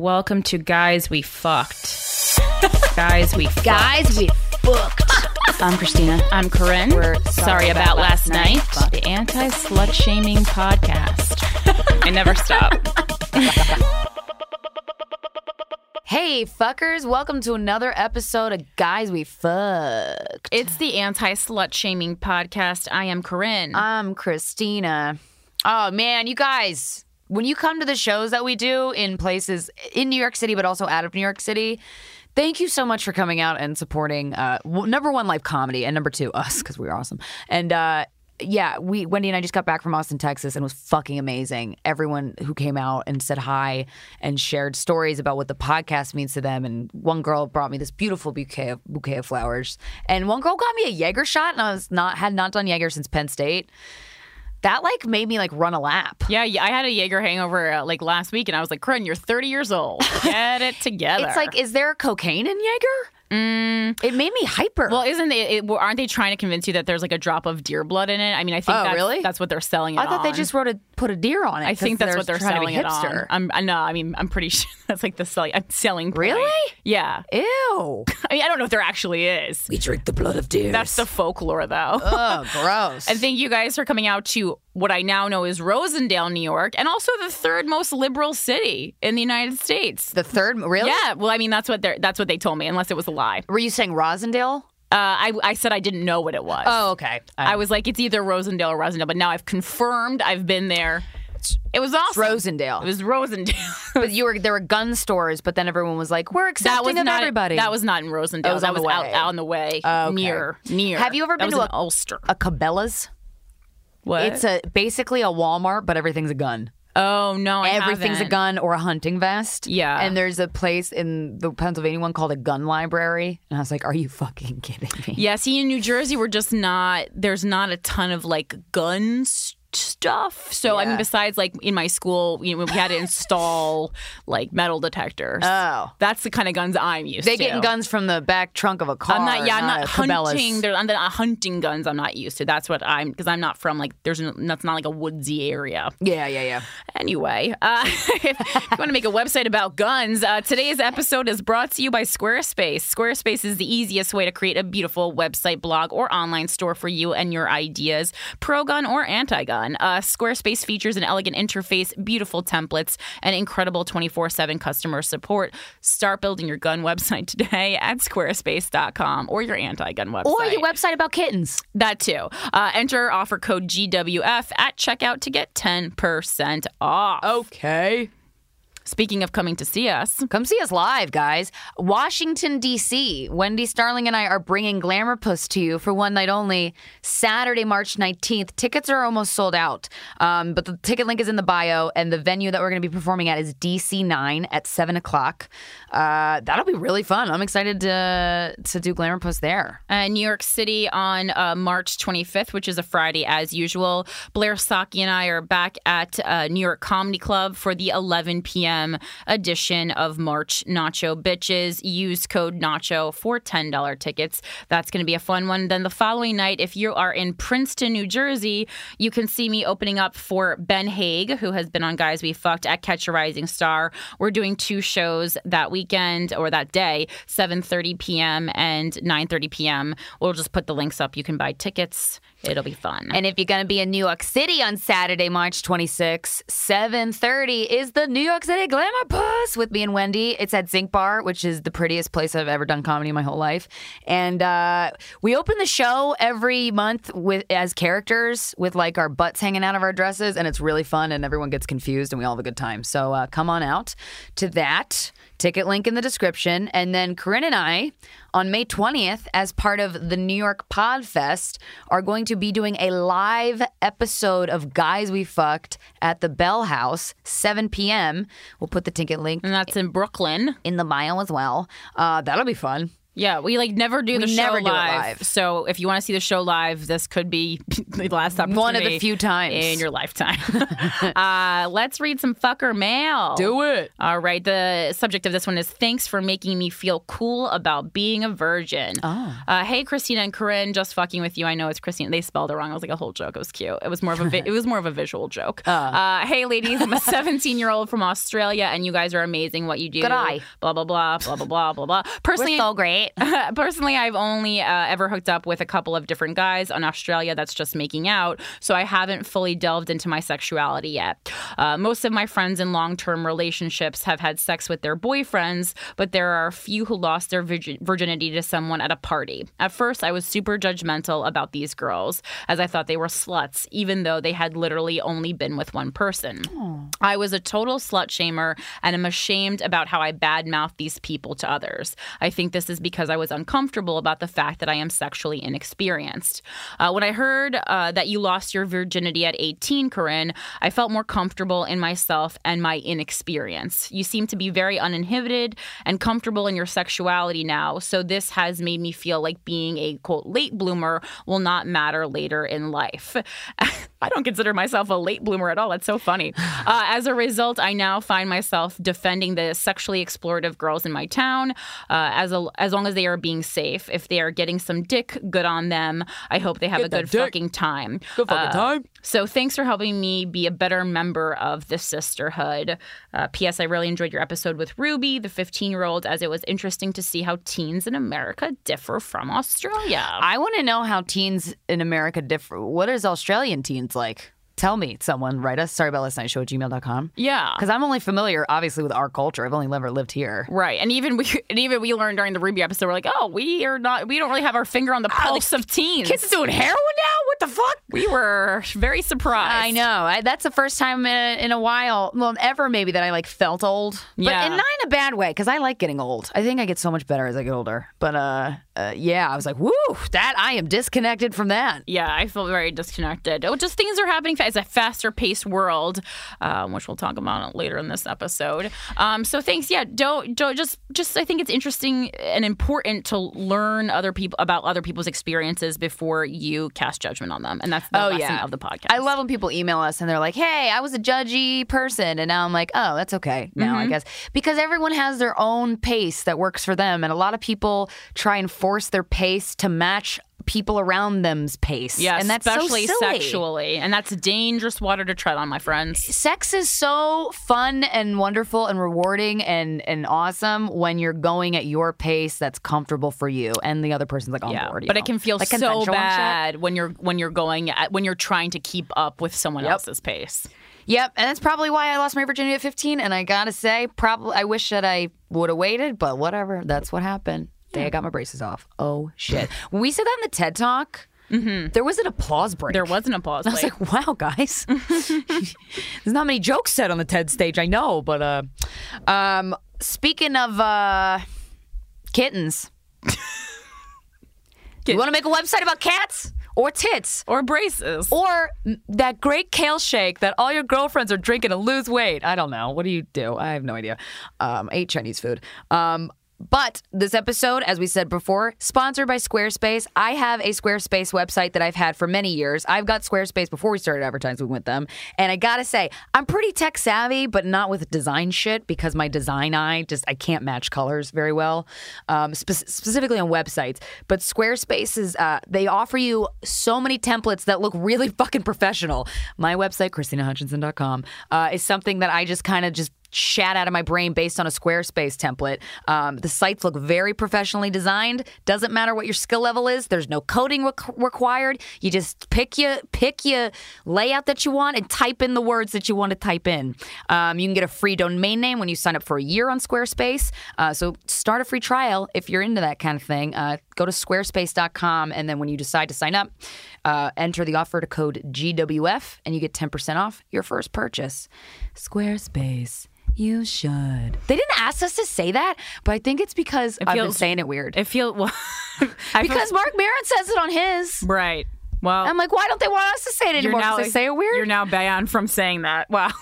Welcome to Guys We Fucked. Guys We Fucked. Guys, we booked. I'm Christina. I'm Corinne. We're sorry about last night. Fuck. The anti slut shaming podcast. I never stop. Hey, fuckers, welcome to another episode of Guys We Fucked. It's the anti slut shaming podcast. I am Corinne. I'm Christina. Oh, man, you guys, when you come to the shows that we do in places in New York City, but also out of New York City, thank you so much for coming out and supporting uh, w- number one, live comedy, and number two, us, because we're awesome. And, uh, yeah, we Wendy and I just got back from Austin, Texas, and it was fucking amazing. Everyone who came out and said hi and shared stories about what the podcast means to them. And one girl brought me this beautiful bouquet of, bouquet of flowers, and one girl got me a Jaeger shot, and I was not had not done Jaeger since Penn State. That like made me like run a lap. yeah, yeah, I had a Jaeger hangover uh, like last week and I was like, Corinne, you're 30 years old. Get it together. It's like, is there cocaine in Jaeger? Mm. It made me hyper. well, isn't it, it? well, Aren't they trying to convince you that there's like a drop of deer blood in it? I mean, I think Oh, that's, really? that's what they're selling. It I thought they on. just wrote a put a deer on it. I think that's what they're trying selling to it be hipster. on. I'm, I know. I mean, I'm pretty sure that's like the selling. I'm selling. point. Really? Yeah. Ew. I mean, I don't know if there actually is. We drink the blood of deer. That's the folklore, though. oh, gross. And thank you guys for coming out to what I now know is Rosendale, New York, and also the third most liberal city in the United States. the third, really? Yeah. Well, I mean, that's what they are that's what they told me, unless it was a lie. Were you saying Rosendale? Uh, I I said I didn't know what it was. okay. Oh, I was like, it's either Rosendale or Rosendale, but now I've confirmed I've been there. It was awesome. Rosendale. it was Rosendale. but you were there were gun stores, but then everyone was like, "We're accepting of not, everybody." Oh, That was not in Rosendale. was that on the was way. out, out on the way, okay. near, near. Have you ever That been was to in a- Ulster? a Cabela's. What? It's a basically a Walmart, but everything's a gun. oh no, I Everything's haven't. a gun or a hunting vest. Yeah. And there's a place in the Pennsylvania one called a gun library, and I was like, "Are you fucking kidding me?" Yeah, see, in New Jersey, we're just not. There's not a ton of like guns stuff. So I mean, Yeah. besides like in my school, you know, we had to install like metal detectors. Oh. that's the kind of guns I'm used They to. getting guns from the back trunk of a car. I'm not. Yeah, I'm a not Cabela's. hunting. There, I'm not hunting guns. I'm not used to. That's what I'm because I'm not from like. There's n- that's not like a woodsy area. Yeah, yeah, yeah. Anyway, uh, if you want to make a website about guns, uh, today's episode is brought to you by Squarespace. Squarespace is the easiest way to create a beautiful website, blog, or online store for you and your ideas, pro gun or anti gun. Uh, Squarespace features an elegant interface, beautiful templates, and incredible 24 7 customer support. Start building your gun website today at squarespace.com or your anti gun website. Or your website about kittens. That too. Uh, enter offer code GWF at checkout to get 10% off. Okay. Speaking of coming to see us, Come see us live, guys. Washington, D.C. Wendy Starling and I are bringing Glamour Puss to you for one night only, Saturday, March 19th. Tickets are almost sold out, um, but the ticket link is in the bio, and the venue that we're going to be performing at is D.C. 9 at 7 o'clock. Uh, that'll be really fun. I'm excited to, to do Glamour Puss there. uh, New York City on uh, March 25th, which is a Friday as usual. Blair Saki and I are back at uh, New York Comedy Club for the 11 p.m. edition of March Nacho Bitches. Use code Nacho for $10 tickets. That's going to be a fun one. Then the following night, if you are in Princeton, New Jersey, you can see me opening up for Ben Haig, who has been on Guys We Fucked at Catch a Rising Star. We're doing two shows that weekend or that day, 7:30 p.m. and 9:30 p.m. We'll just put the links up. You can buy tickets. It'll be fun. And if you're going to be in New York City on Saturday, March 26, 7:30 is the New York City Glamour Puss with me and Wendy. It's at Zinc Bar, which is the prettiest place I've ever done comedy in my whole life. And uh, we open the show every month with as characters with like our butts hanging out of our dresses, and it's really fun. And everyone gets confused, and we all have a good time. So uh, come on out to that. Ticket link in the description. And then Corinne and I, on May 20th, as part of the New York Pod Fest, are going to be doing a live episode of Guys We Fucked at the Bell House, 7 p.m. We'll put the ticket link And that's in Brooklyn. in the bio as well. Uh, that'll be fun. Yeah, we like never do the We show never do it live, live. So if you want to see the show live, this could be the last opportunity. One of the few times. in your lifetime. uh, let's read some fucker mail. it. All right. The subject of this one is thanks for making me feel cool about being a virgin. Oh. Uh, hey, Christina and Corinne, just fucking with you. I know it's Christina. They spelled it wrong. It was like a whole joke. It was cute. It was more of a vi- it was more of a visual joke. Uh. Ah. hey, ladies, I'm a 17 year old from Australia, and you guys are amazing. What you do, Good eye. Blah blah blah blah blah blah blah blah. Personally, We're so great. personally, I've only uh, ever hooked up with a couple of different guys on Australia. That's just making out, so I haven't fully delved into my sexuality yet. Uh, most of my friends in long-term relationships have had sex with their boyfriends, but there are a few who lost their virgi- virginity to someone at a party. At first, I was super judgmental about these girls, as I thought they were sluts, even though they had literally only been with one person. I was a total slut shamer and am ashamed about how I badmouthed these people to others. I think this is because I was uncomfortable about the fact that I am sexually inexperienced. Uh, when I heard uh, that you lost your virginity at 18, Corinne, I felt more comfortable in myself and my inexperience. You seem to be very uninhibited and comfortable in your sexuality now, so this has made me feel like being a quote late bloomer will not matter later in life. I don't consider myself a late bloomer at all. That's so funny. Uh, as a result, I now find myself defending the sexually explorative girls in my town uh, as a, as long as they are being safe. If they are getting some dick, good on them. I hope they have a good fucking time. Uh, Good fucking time. So thanks for helping me be a better member of the sisterhood. Uh, P.S. I really enjoyed your episode with Ruby, the 15 year old, as it was interesting to see how teens in America differ from Australia. I want to know how teens in America differ. What is Australian teens like? Tell me, someone write us. Sorry about last night show at gmail.com. yeah. Because I'm only familiar, obviously, with our culture. I've only never lived here. Right, and even we and even we learned during the Ruby episode, we're like, oh, we are not, we don't really have our finger on the pulse of teens. Oh, Kids doing heroin now? What the fuck? we were very surprised. I know. I, that's the first time in, in a while, well, ever maybe that I like felt old, Yeah. but in not in a bad way because I like getting old. I think I get so much better as I get older. But uh, uh yeah, I was like, woo, that I am disconnected from that. Yeah, I feel very disconnected. Oh, just things are happening fast. It's a faster paced world, um, which we'll talk about later in this episode. Um, so thanks. Yeah, don't, don't just just I think it's interesting and important to learn other people about other people's experiences before you cast judgment on them, and that's the Oh, lesson yeah. of the podcast. I love when people email us and they're like, "Hey, I was a judgy person," and now I'm like, "Oh, that's okay now, Mm-hmm. I guess," because everyone has their own pace that works for them, and a lot of people try and force their pace to match people around them's pace. Yeah, and that's so especially silly. sexually, and that's dangerous water to tread on, my friends. Sex is so fun and wonderful and rewarding and and awesome when you're going at your pace that's comfortable for you, and the other person's like on Yeah, board. you but it know. can feel Like consensual so and shit. bad when you're when you're going at, when you're trying to keep up with someone else's pace. Yep, and that's probably why I lost my virginity at 15. And I gotta say, probably I wish that I would have waited, but whatever. That's what happened. Day I got my braces off. Oh shit! when we said that in the TED Talk, Mm-hmm. there was an applause break. There was an applause. I was break. like, wow, guys. There's not many jokes said on the TED stage, I know, but uh, um, speaking of uh, kittens, you want to make a website about cats or tits? or braces. Or m- that great kale shake that all your girlfriends are drinking to lose weight. I don't know. What do you do? I have no idea. Um, I ate Chinese food. Um, but this episode, as we said before, sponsored by Squarespace. I have a Squarespace website that I've had for many years. I've got Squarespace before we started advertising with them. And I gotta say, I'm pretty tech savvy, but not with design shit because my design eye just, I can't match colors very well, um, spec- specifically on websites. But Squarespace is, uh, they offer you so many templates that look really fucking professional. My website, ChristinaHutchinson.com, uh, is something that I just kind of just shat out of my brain based on a Squarespace template. Um, the sites look very professionally designed. Doesn't matter what your skill level is. There's no coding requ- required. You just pick your pick your layout that you want and type in the words that you want to type in. Um, you can get a free domain name when you sign up for a year on Squarespace. Uh, so start a free trial if you're into that kind of thing. Uh, go to squarespace.com and then when you decide to sign up, uh, enter the offer to code GWF and you get 10% off your first purchase. Squarespace. You should. They didn't ask us to say that, but I think it's because I've been feels- saying it weird. I feel well, I feel- because Mark Maron says it on his. right. Well, I'm like, why don't they want us to say it anymore? Because they say it weird. You're now banned from saying that. Wow.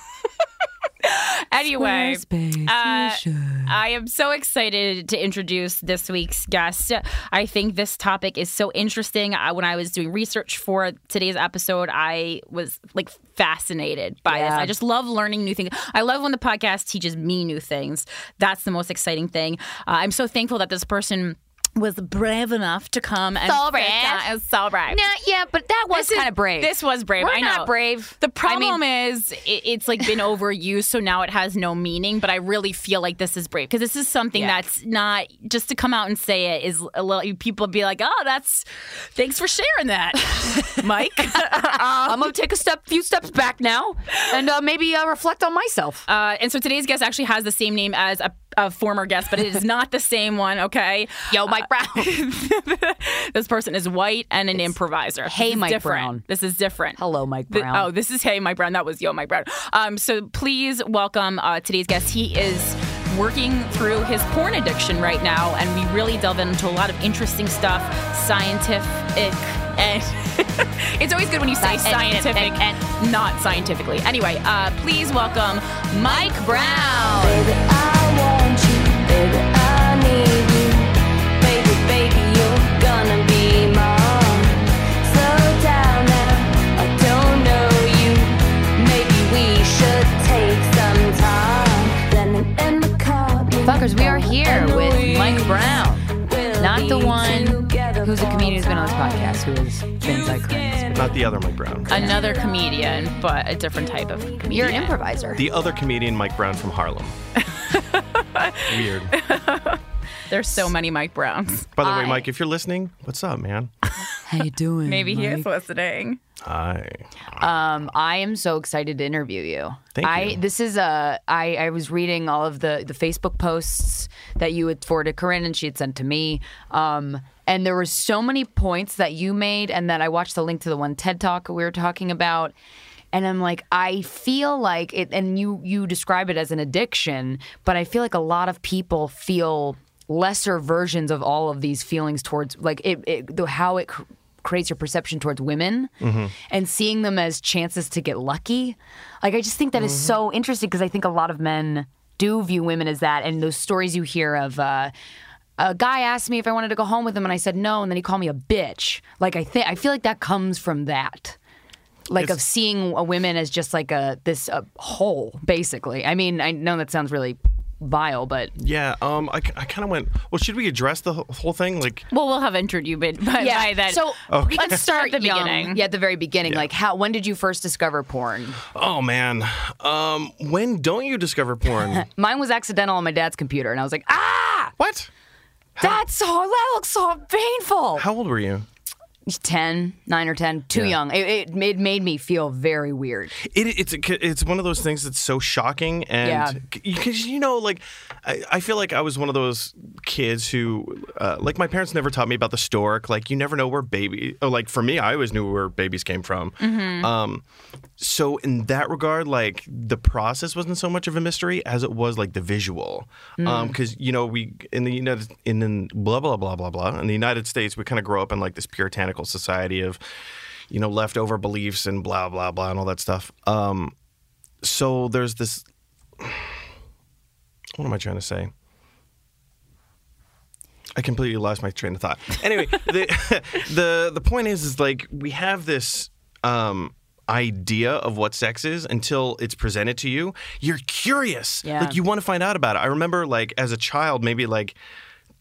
Anyway, Squarespace, uh, you should. I am so excited to introduce this week's guest. I think this topic is so interesting. I, when I was doing research for today's episode, I was like fascinated by this. Yeah. I just love learning new things. I love when the podcast teaches me new things. That's the most exciting thing. Uh, I'm so thankful that this person was brave enough to come and So sit brave. down- so brave. No, yeah, but that was This is- kind of brave. This was brave. We're I know. not brave. The I mean- problem is it, it's like been overused, so now it has no meaning. But I really feel like this is brave because this is something Yeah. that's not just to come out and say it is a little. People be like, "Oh, that's thanks for sharing that, Mike." Uh, I'm gonna take a step, few steps back now, and uh, maybe uh, reflect on myself. Uh, and so today's guest actually has the same name as a, a former guest, but it is not the same one. Okay, Uh, Yo, Mike Brown. this person is white and an improviser. Hey, This is Mike different. Brown. This is different. Hello, Mike Th- Brown. oh, this is Hey Mike Brown. That was Yo Mike Brown. Um, so please welcome uh, today's guest. He is working through his porn addiction right now, and we really delve into a lot of interesting stuff, scientific, and it's always good when you say scientific Scientific. and not scientifically. Anyway, uh, please welcome Mike Brown. Baby, I want you. Baby, I need you. Baby, baby, you're gonna be mine. Slow down now. I don't know you. Maybe we should take some time. Landing in the car. Fuckers, we are here with Mike Brown, not the one who's a comedian who's been on this podcast, who has been like Not the other Mike Brown. Another comedian, but a different type of comedian. You're an improviser. The other comedian Mike Brown from Harlem. Weird. There's so many Mike Browns. By the way, Mike, if you're listening, what's up, man? How you doing? Maybe he is listening. Hi. Um, I am so excited to interview you. Thank I you. this is uh, I I was reading all of the the Facebook posts that you had forwarded Corinne and she had sent to me. Um, and there were so many points that you made, and that I watched the link to the one TED talk we were talking about. And I'm like, I feel like it, and you you describe it as an addiction, but I feel like a lot of people feel lesser versions of all of these feelings towards like it, it the, how it cr- creates your perception towards women and seeing them as chances to get lucky. Like I just think that is so interesting because I think a lot of men do view women as that, and those stories you hear of. Uh, a guy asked me if I wanted to go home with him, and I said no, and then he called me a bitch. Like I think I feel like that comes from that, like of It's- seeing a women as just like a this a hole, basically. I mean, I know that sounds really vile, but Yeah, um, I, kind of went, well, should we address the wh- whole thing? Like, Well, we'll have entered you, but by, by that. So let's start At the young. beginning. Yeah, at the very beginning. Yeah. Like, how? When did you first discover porn? oh, man, um, when don't you discover porn? Mine was accidental on my dad's computer, and I was like, ah, what? that's so that looks so painful. How old were you? 10, 9 or ten, too Yeah. young. It, it, it made me feel very weird. It, it's it's one of those things that's so shocking, Yeah. and because you know, like I, I feel like I was one of those kids who, uh, like, my parents never taught me about the stork. Like, you never know where baby. Oh, like for me, I always knew where babies came from. Um, so in that regard, like the process wasn't so much of a mystery as it was like the visual, because you know we in the United in the blah blah blah blah blah in the United States we kind of grow up in like this puritanical society of you know, leftover beliefs and blah blah blah and all that stuff. Um, so there's this. What am I trying to say? I completely lost my train of thought. Anyway, the the the point is, is like we have this um, idea of what sex is until it's presented to you. You're curious, Yeah. like you want to find out about it. I remember, like as a child, maybe like.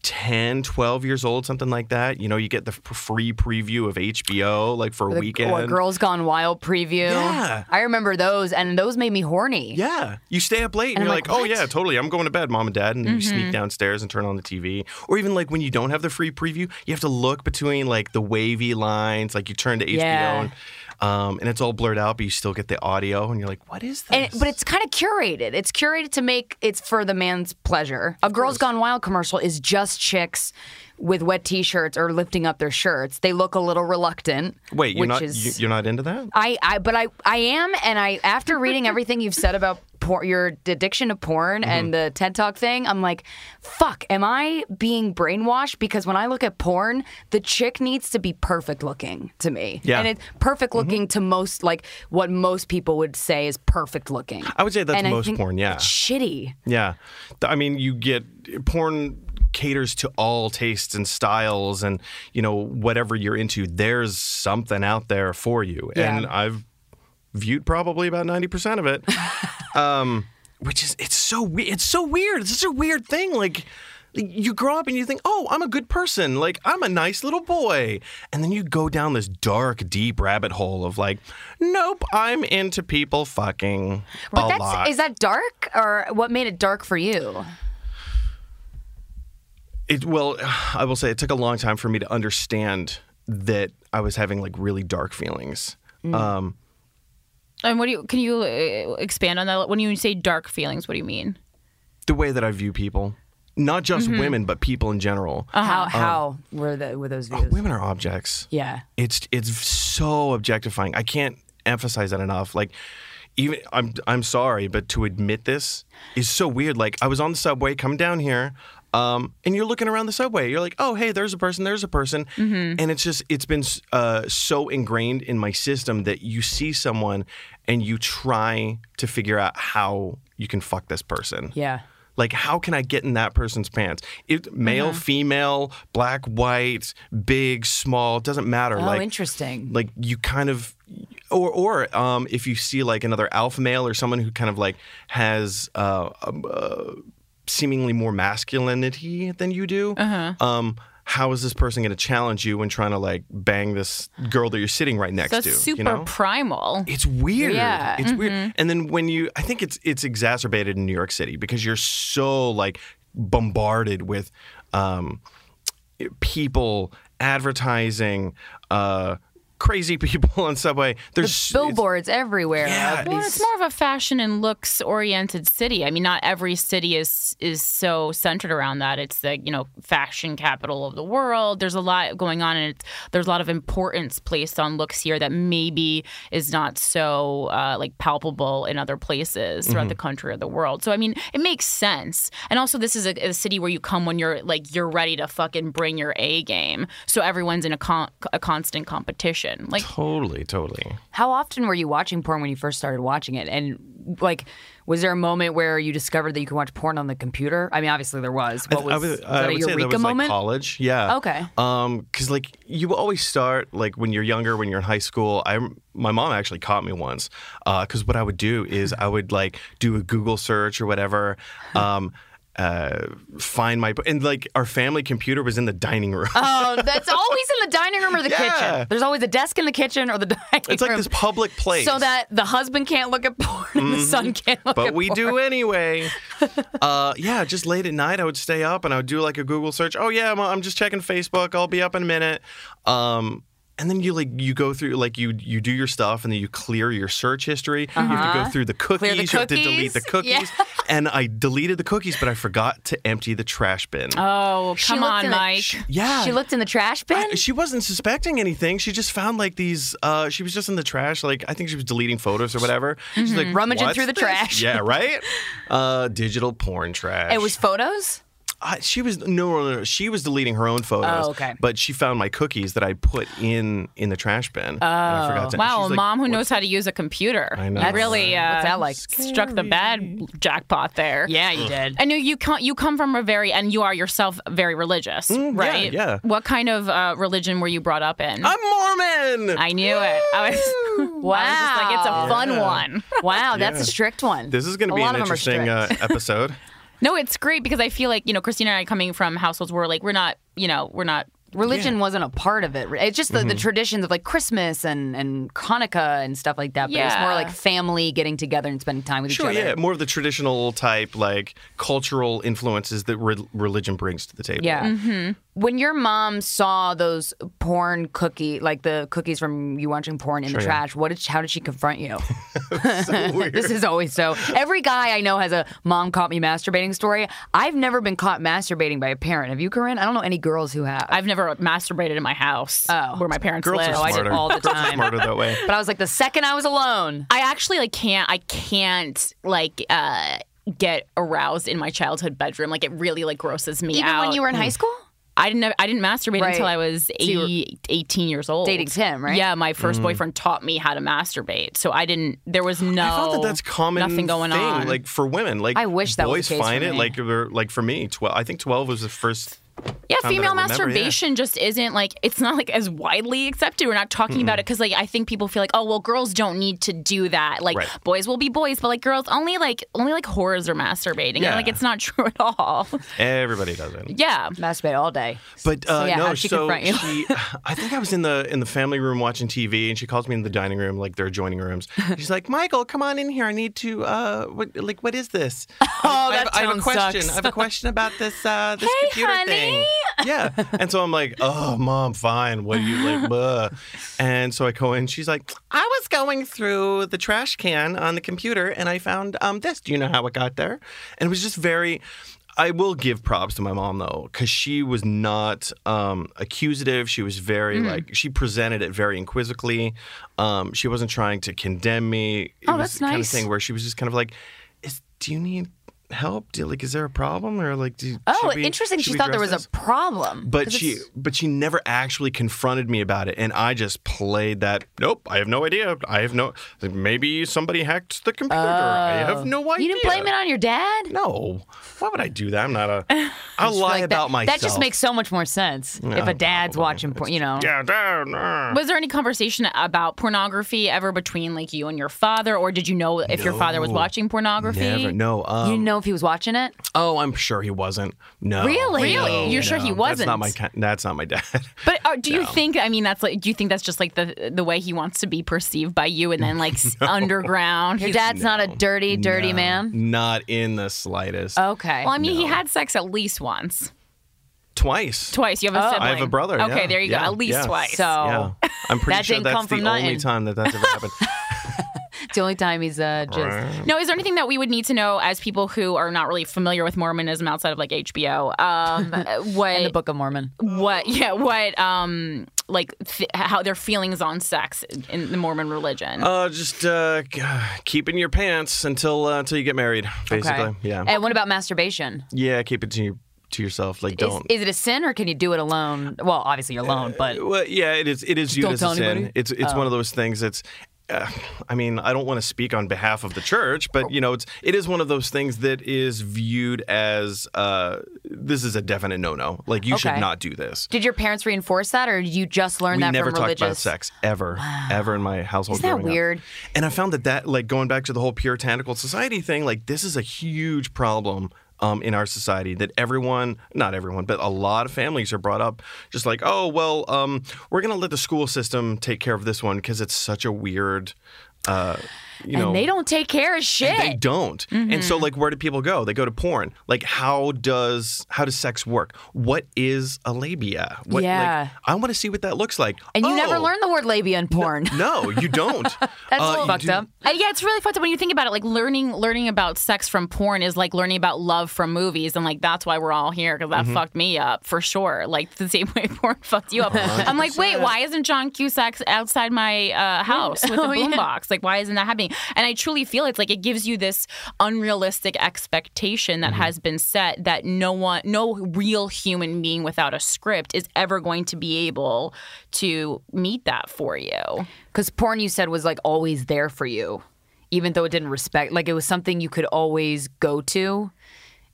10 12 years old something like that you know you get the f- free preview of hbo like for a The- weekend Or Girls Gone Wild preview. Yeah. I remember those, and those made me horny. Yeah. You stay up late and, And you're I'm like, like, oh, "What?" Mm-hmm. yeah, totally. I'm going to bed, mom and dad. And you sneak downstairs and turn on the TV. Or even like when you don't have the free preview, you have to look between like the wavy lines. Like you turn to HBO Yeah. and, um, and it's all blurred out, but you still get the audio. And you're like, what is this? And, but it's kind of curated. It's curated to make it's for the man's pleasure. A Girls Gone Wild commercial is just chicks with wet t-shirts or lifting up their shirts. They look a little reluctant. Wait, you're which not is, you, are not into that? I, I but I I am and I after reading everything you've said about por- your addiction to Mm-hmm. porn and the TED Talk thing, I'm like, fuck, am I being brainwashed? Because when I look at porn, the chick needs to be perfect looking to me. Yeah. Mm-hmm. And it's perfect looking to most like what most people would say is perfect looking. I would say that's And I most think porn, yeah. it's shitty. Yeah. Th- I mean, you get porn caters to all tastes and styles and, you know, whatever you're into, there's something out there for you. Yeah. And I've viewed probably about 90% of it. um which is it's so we- it's so weird. It's such a weird thing like you grow up and you think, "Oh, I'm a good person. Like I'm a nice little boy." And then you go down this dark deep rabbit hole of like, "Nope, I'm into people fucking But a that's lot." is that dark or what made it dark for you? It well, I will say it took a long time for me to understand that I was having like really dark feelings. Um, And what do you? Can you uh, expand on that? When you say dark feelings, what do you mean? the way that I view people, not just women, but people in general. How how Um, were the were those views? Women are objects. yeah. It's it's so objectifying. I can't emphasize that enough. Like even I'm I'm sorry, but to admit this is so weird. Like I was on the subway coming down here, um, and you're looking around the subway. You're like, oh hey, there's a person, there's a person, and it's just it's been uh, so ingrained in my system that you see someone and you try to figure out how you can fuck this person. Yeah. Like, how can I get in that person's pants? It, male, Mm-hmm. female, black, white, big, small, doesn't matter. Oh, like, interesting. Like, you kind of, or or um, if you see like another alpha male or someone who kind of like has uh, um, uh, seemingly more masculinity than you do. Uh-huh. Um, how is this person going to challenge you when trying to like bang this girl that you're sitting right next That's to? super you know? primal. It's weird. Yeah. It's weird. And then when you I think it's it's exacerbated in New York City because you're so like bombarded with um people, advertising, uh crazy people on subway. There's it's- billboards everywhere. Yeah, Well, it's more of a fashion and looks oriented city. I mean, not every city is is so centered around that. It's the you know fashion capital of the world. There's a lot going on, and it's, there's a lot of importance placed on looks here that maybe is not so uh, like palpable in other places Mm-hmm. throughout the country or the world. So I mean, it makes sense. And also, this is a, a city where you come when you're like you're ready to fucking bring your A game. So everyone's in a con- a constant competition. Like Totally, totally. How often were you watching porn when you first started watching it? And like, was there a moment where you discovered that you could watch porn on the computer? I mean, obviously there was. What was, I would, was I that a would say eureka that was moment? like college. Yeah. Okay. Um, because like you always start like when you're younger, when you're in high school. I my mom actually caught me once. Uh, because what I would do is I would like do a Google search or whatever. Um. Uh, find my and like our family computer was in the dining room. oh, that's always in the dining room or the Yeah. kitchen. There's always a desk in the kitchen or the dining room. it's like this public place. Mm-hmm. So that the husband can't look at porn and the son can't look but at we porn. do anyway. uh, yeah, just late at night, I would stay up and I would do like a Google search. Oh yeah, I'm, I'm just checking Facebook. I'll be up in a minute. Um, and then you like you go through like you you do your stuff and then you clear your search history. You have to go through the cookies. Uh-huh. the You have to delete the cookies. Yeah. cookies. And I deleted the cookies, but I forgot to empty the trash bin. oh, She come looked on, in the- Mike. yeah, She looked in the trash bin. she wasn't suspecting anything. She just found like these. Uh, she was just in the trash. Like I think she was deleting photos or whatever. She's like Mm-hmm. Rummaging "What's through the this?" trash. Yeah, right. Uh, digital porn trash. it was photos. I, she was no, no, no. She was deleting her own photos. Oh, okay. But she found my cookies that I put in in the trash bin. Oh. And I forgot to, Wow, she's a like, mom who "What?" knows how to use a computer. I know, You That's- really uh, what's that like? Struck the bad jackpot there. Yeah, you did. I know you come you come from a very and you are yourself very religious, Mm, yeah, right? yeah. Oh. What kind of uh, religion were you brought up in? I'm Mormon. I knew it. I was, Wow. I was just like, it's a fun one. Wow, that's a strict one. this is going A to be lot an of them are interesting strict. uh, episode. No, it's great because I feel like you know Christina and I coming from households where like we're not you know we're not religion wasn't a part of it. It's just the, Mm-hmm. the traditions of like Christmas and, and Hanukkah and stuff like that. But it's more Yeah. like family getting together and spending time with Sure, each other. yeah, more of the traditional type, like cultural influences that re- religion brings to the table. Yeah. When your mom saw those porn cookie, like the cookies from you watching porn in the Sure, yeah. trash, what did how did she confront you? So weird. this is always so. Every guy I know has a mom caught me masturbating story. I've never been caught masturbating by a parent. Have you, Corinne? I don't know any girls who have. I've never masturbated in my house Oh. where my parents Girls live. are did smarter. all the Girls time. are smarter that way. but I was like, the second I was alone, I actually like can't I can't like uh get aroused in my childhood bedroom. Like it really like grosses me even out. when you were in high school, I didn't know, I didn't masturbate Right. until I was you were 80, 18 years old. Dating Tim, right? Yeah, my first boyfriend taught me how to masturbate. So I didn't there was no Mm. I thought that that's common. nothing going thing, on. like for women. Like I wish that was boys the case find for it. me. Like or- like for me, twelve. I think twelve was the first. Yeah, time that I female remember, yeah. masturbation just isn't like it's not like as widely accepted. We're not talking about it because like I think people feel like oh well girls don't need to do that. Like Right. boys will be boys, but like girls only like only like whores are masturbating. And, Yeah. like it's not true at all. Everybody does it. yeah. masturbate all day. But uh, yeah, no, how'd she so confront you? she, I think I was in the in the family room watching TV, and she calls me in the dining room, like their adjoining rooms. She's like, "Michael, come on in here. I need to. Uh, what, like, what is this? Oh, I, have, that I have a tone question. sucks. I have a question about this uh, this computer honey." thing. Yeah. And so I'm like, "Oh, mom, fine. What do you like?" blah." And so I go in. She's like, "I was going through the trash can on the computer, and I found um this. Do you know how it got there?" And it was just very. I will give props to my mom though, because she was not um, accusative. She was very like she presented it very inquisitively. Um, she wasn't trying to condemn me. It Oh, was that's the kind of nice. thing where she was just kind of like, "Is do you need help? Do you, like is there a problem or like do Oh, should we- interesting. should She we thought there was address this?" a problem. But 'Cause she, it's- but she never actually confronted me about it, and I just played that. Nope, I have no idea. I have no. Maybe somebody hacked the computer. I have no idea. Oh. You didn't blame it on your dad. No. Why would I do that? I'm not a. I'll lie Like, about that, myself. That just makes so much more sense if a dad's watching porn. You know, Yeah, down. uh. Was there any conversation about pornography ever between like you and your father, or did you know if your father was No. watching pornography? Never. No. Um, you know if he was watching it. oh, I'm sure he wasn't. No. Really? Really? No, You're sure no. he That's wasn't? not my. ki- That's not my dad. But uh, do you think? I mean, that's like. Do you think that's just like the the way he wants to be perceived by you, and then like s underground? Your he's- dad's not a dirty, dirty No, man. Not in the slightest. Okay. Well, I mean, he had sex at least once, Twice. twice. You have a sibling. Oh. I have a brother, Okay, yeah, there you yeah, go. At least yeah. twice. So- Yeah. I'm pretty That sure didn't that's come from the only nothing. time that that's ever happened. It's the only time he's uh, just. No, is there anything that we would need to know as people who are not really familiar with Mormonism outside of like HBO? Um, uh, what In the Book of Mormon. what yeah what um like th- how their feelings on sex in the Mormon religion. Uh, just uh, g- keep it in your pants until uh, until you get married, basically. Yeah. And what about masturbation? yeah. Keep it to your, to yourself. Like, Is, don't. Uh, is it a sin or can you do it alone? Well, obviously you're alone, but Well, yeah, it is. It is viewed don't as a tell sin. anybody? Oh. It's it's one of those things that's. Uh, I mean, I don't want to speak on behalf of the church, but you know, it's it is one of those things that is viewed as uh, this is a definite no-no. Like you Okay. should not do this. did your parents reinforce that or did you just learn we that never from talked religious? about sex ever, ever in my household. Isn't that growing up. weird? And I found that that like going back to the whole puritanical society thing, like this is a huge problem. Um, in our society, that everyone, not everyone, but a lot of families are brought up just like, oh, well, um, we're going to let the school system take care of this one because it's such a weird, uh, you know. and they don't take care of shit. They don't. And Mm-hmm. so like where do people go? They go to porn. Like how does how does sex work? What is a labia? What, Yeah. Like, I want to see what that looks like. and you never Oh! learn the word labia in porn. No, you don't. That's That's fucked up. Uh, yeah, it's really fucked up when you think about it. Like learning learning about sex from porn is like learning about love from movies, and like that's why we're all here because that fucked me up for sure. Like the same way porn fucked you up. I'm like, wait, why isn't John Cusack outside my uh, house with a boombox? Like, why isn't that happening? And I truly feel it's like it gives you this unrealistic expectation that has been set that no one, no real human being without a script is ever going to be able to meet that for you. Because porn, you said, was like always there for you, even though it didn't respect, like it was something you could always go to.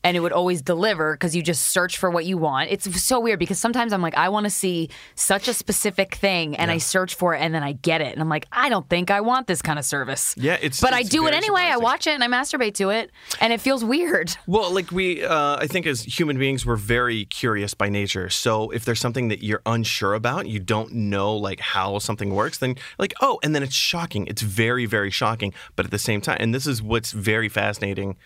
and it would always deliver because you just search for what you want. It's so weird because sometimes I'm like, I want to see such a specific thing, and I search for it, and then I get it, and I'm like, I don't think I want this kind of service. Yeah, it's- but I it's do it very anyway. I surprising. watch it and I masturbate to it, and it feels weird. Well, like we, uh, I think as human beings, we're very curious by nature. So if there's something that you're unsure about, you don't know like how something works, then like oh, and then it's shocking. It's very, very shocking. But at the same time, and this is what's very fascinating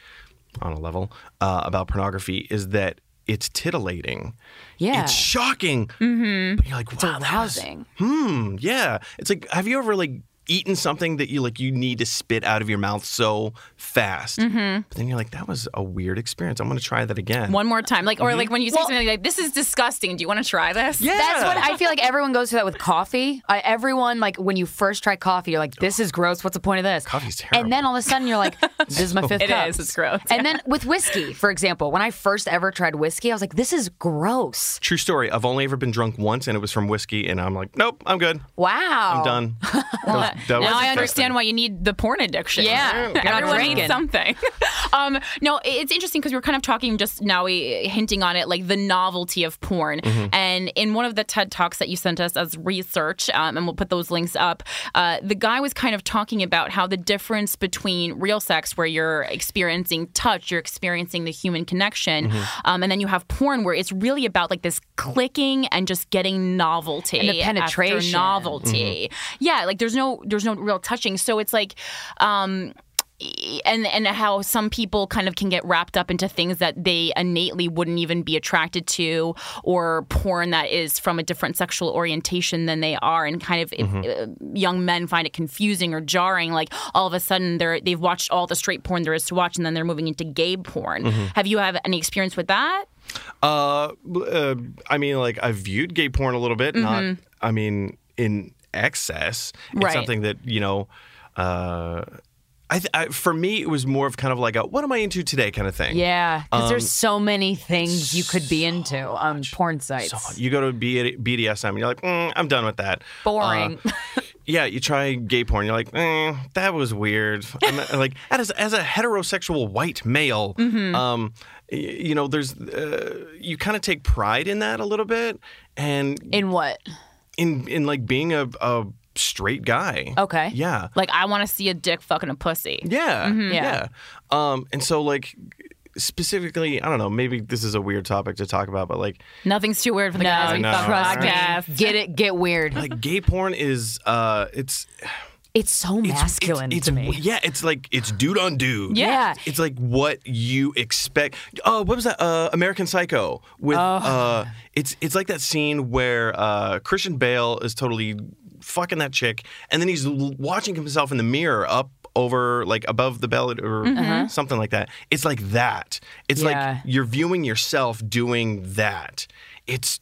on a level uh, about pornography is that it's titillating. Yeah. It's shocking. Mm-hmm. But you're like, wow, that was- Arousing. hmm, yeah. It's like, have you ever like eaten something that you like you need to spit out of your mouth so fast? Mm-hmm. But then you're like, that was a weird experience. I'm gonna try that again. One more time, like or like when you say something like, "This is disgusting. Do you want to try this?" Mm-hmm. yeah. That's what I feel like everyone goes through that with coffee. Uh, everyone, like, when you first try coffee, you're like, this is gross. What's the point of this? Coffee's And then all of a sudden, you're like, this is my fifth It cup. is. It's gross. And then with whiskey, for example, when I first ever tried whiskey, I was like, this is gross. True story. I've only ever been drunk once, and it was from whiskey, and I'm like, nope, I'm good. Wow. I'm done. That was- that now I was disgusting. understand why you need the porn addiction. Yeah. You're not everyone drinking. needs something. um, no, it- it's interesting because we were kind of talking just now, we hinting on it, like the novelty of porn. And in one of the TED talks that you sent us as research, um, and we'll put those links up, uh, the guy was kind of talking about how the difference between real sex, where you're experiencing touch, you're experiencing the human connection, um, and then you have porn where it's really about like this clicking and just getting novelty And the after penetration. novelty novelty. Yeah, like there's no there's no real touching. So it's like um e- and and how some people kind of can get wrapped up into things that they innately wouldn't even be attracted to or porn that is from a different sexual orientation than they are and kind of uh, young men find it confusing or jarring like all of a sudden they're they've watched all the straight porn there is to watch and then they're moving into gay porn have you have any experience with that Uh, bl- uh, I mean, like I've viewed gay porn a little bit. Not, I mean, in excess. It's Mm-hmm. Right. something that you know. Uh, I, th- I for me, it was more of kind of like a what am I into today kind of thing. Yeah. Because Um, there's so many things you could be into on porn sites. You go to B- BDSM and you're like, mm, I'm done with that. Boring. Uh, yeah, you try gay porn. You're like, eh, that was weird. And, uh, like as as a heterosexual white male, um, y- you know, there's uh, you kind of take pride in that a little bit, and In what? in in like being a, a straight guy. Okay. Yeah. like i want to see a dick fucking a pussy Yeah. Yeah. Yeah. Um, and so like specifically, I don't know. Maybe this is a weird topic to talk about, but like nothing's too weird for the guys we no, fuck trust me. podcast Get it? Get weird. like gay porn is uh, it's It's so it's- masculine it's, to me. Yeah, it's like it's dude on dude. Yeah. It's like what you expect. Uh, what was that? Uh, American Psycho with Oh. uh, it's it's like that scene where uh, Christian Bale is totally fucking that chick, and then he's l- watching himself in the mirror up over like above the belt or something like that. It's like that. It's Mm-hmm. Yeah. like you're viewing yourself doing that. It's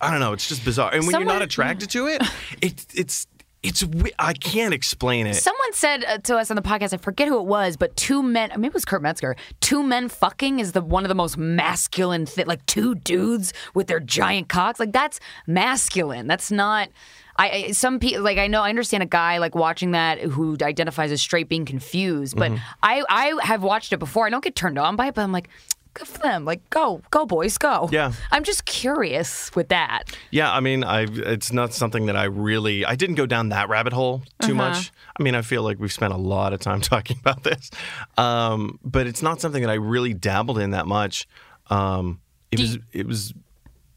I don't know. It's just bizarre. And when you're Someone- not attracted to it, it it's it's we- I can't explain it. Someone said uh, to us on the podcast, I forget who it was, but two men, maybe it was Kurt Metzger, two men fucking is the one of the most masculine thing. Like two dudes with their giant cocks. Like that's masculine. That's not. I, I some people like I know I understand a guy like watching that who identifies as straight being confused, but Mm-hmm. I I have watched it before. I don't get turned on by it, but I'm like, good for them. Like go go boys go. Yeah. I'm just curious with that. Yeah, I mean, I it's not something that I really I didn't go down that rabbit hole too much. I mean, I feel like we've spent a lot of time talking about this, um, but it's not something that I really dabbled in that much. Um, it was it was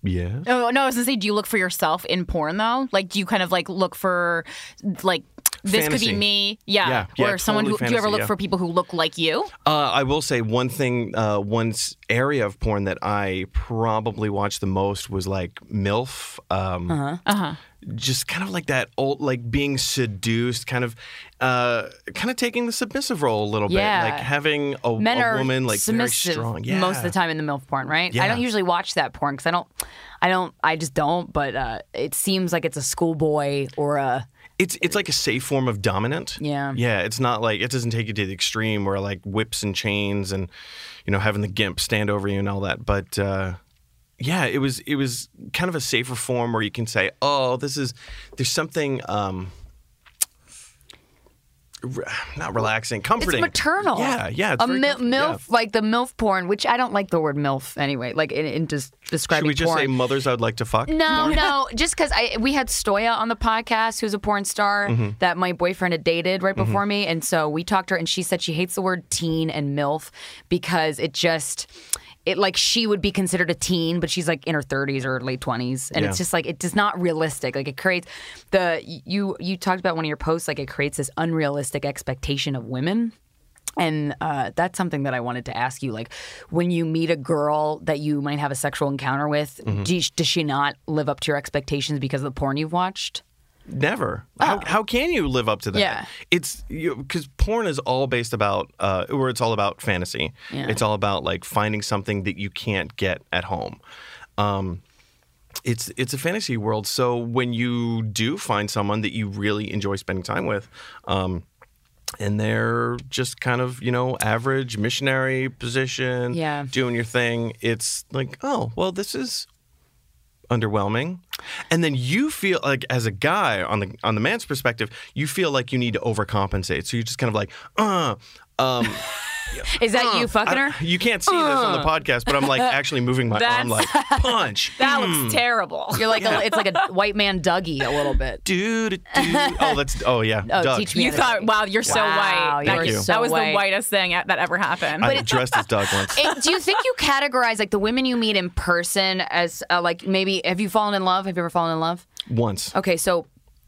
yeah. Oh no, I was gonna say, do you look for yourself in porn though? Like, do you kind of like look for like this could Fantasy. be me, yeah, Yeah, yeah, or someone who? totally do you ever fantasy, look yeah. for people who look like you? Uh, I will say one thing. Uh, one s- area of porn that I probably watched the most was like MILF. Um, Uh-huh. Just kind of like that old, like being seduced, kind of, uh, kind of taking the submissive role a little Yeah. bit, like having a, men a are woman like very submissive strong. Yeah. most of the time in the milf porn, right? I Yeah. don't usually watch that porn because I don't, I don't, I just don't. But uh, it seems like it's a schoolboy or a It's it's like a safe form of dominant. Yeah. Yeah. It's not like it doesn't take you to the extreme where like whips and chains and you know having the gimp stand over you and all that. But uh, yeah, it was it was kind of a safer form where you can say, oh, this is there's something. Um, re- not relaxing, comforting. maternal. Yeah, yeah. it's a very mil- comforting, yeah. milf, like the milf porn, which I don't like the word milf anyway. Like in, in just describing. Should we just porn. say mothers I would like to fuck? No, no, just because I we had Stoya on the podcast, who's a porn star that my boyfriend had dated right before me, and so we talked to her, and she said she hates the word teen and milf because it just. It like she would be considered a teen, but she's like in her thirties or late twenties, and it's Yeah. just like it does not realistic. Like it creates the you you talked about one of your posts, like it creates this unrealistic expectation of women. And uh, that's something that I wanted to ask you. Like, when you meet a girl that you might have a sexual encounter with, Mm-hmm. do you- does she not live up to your expectations because of the porn you've watched? Never. How, how can you live up to that? Yeah. It's because porn is all based about, uh, or it's all about fantasy. It's all about like finding something that you can't get at home. Um, it's it's a fantasy world. So when you do find someone that you really enjoy spending time with, um, and they're just kind of you know average missionary position, Yeah. doing your thing, it's like oh well this is underwhelming and then you feel like as a guy on the on the man's perspective you feel like you need to overcompensate so you're just kind of like uh um Is that uh, you fucking her? I- Uh. you can't see this on the podcast but i'm like actually moving my arm like punch That Hmm. looks terrible. You're like a, it's like a white man Dougie a little bit. dude dude oh that's oh yeah Oh, Doug. teach me. You Yeah. thought, wow, you're so Wow, white. you That, are was- so that was white. the whitest thing that ever happened. i dressed as Doug once It- do you think you categorize like the women you meet in person as uh, like maybe have you fallen in love? Have you ever fallen in love? once Okay, so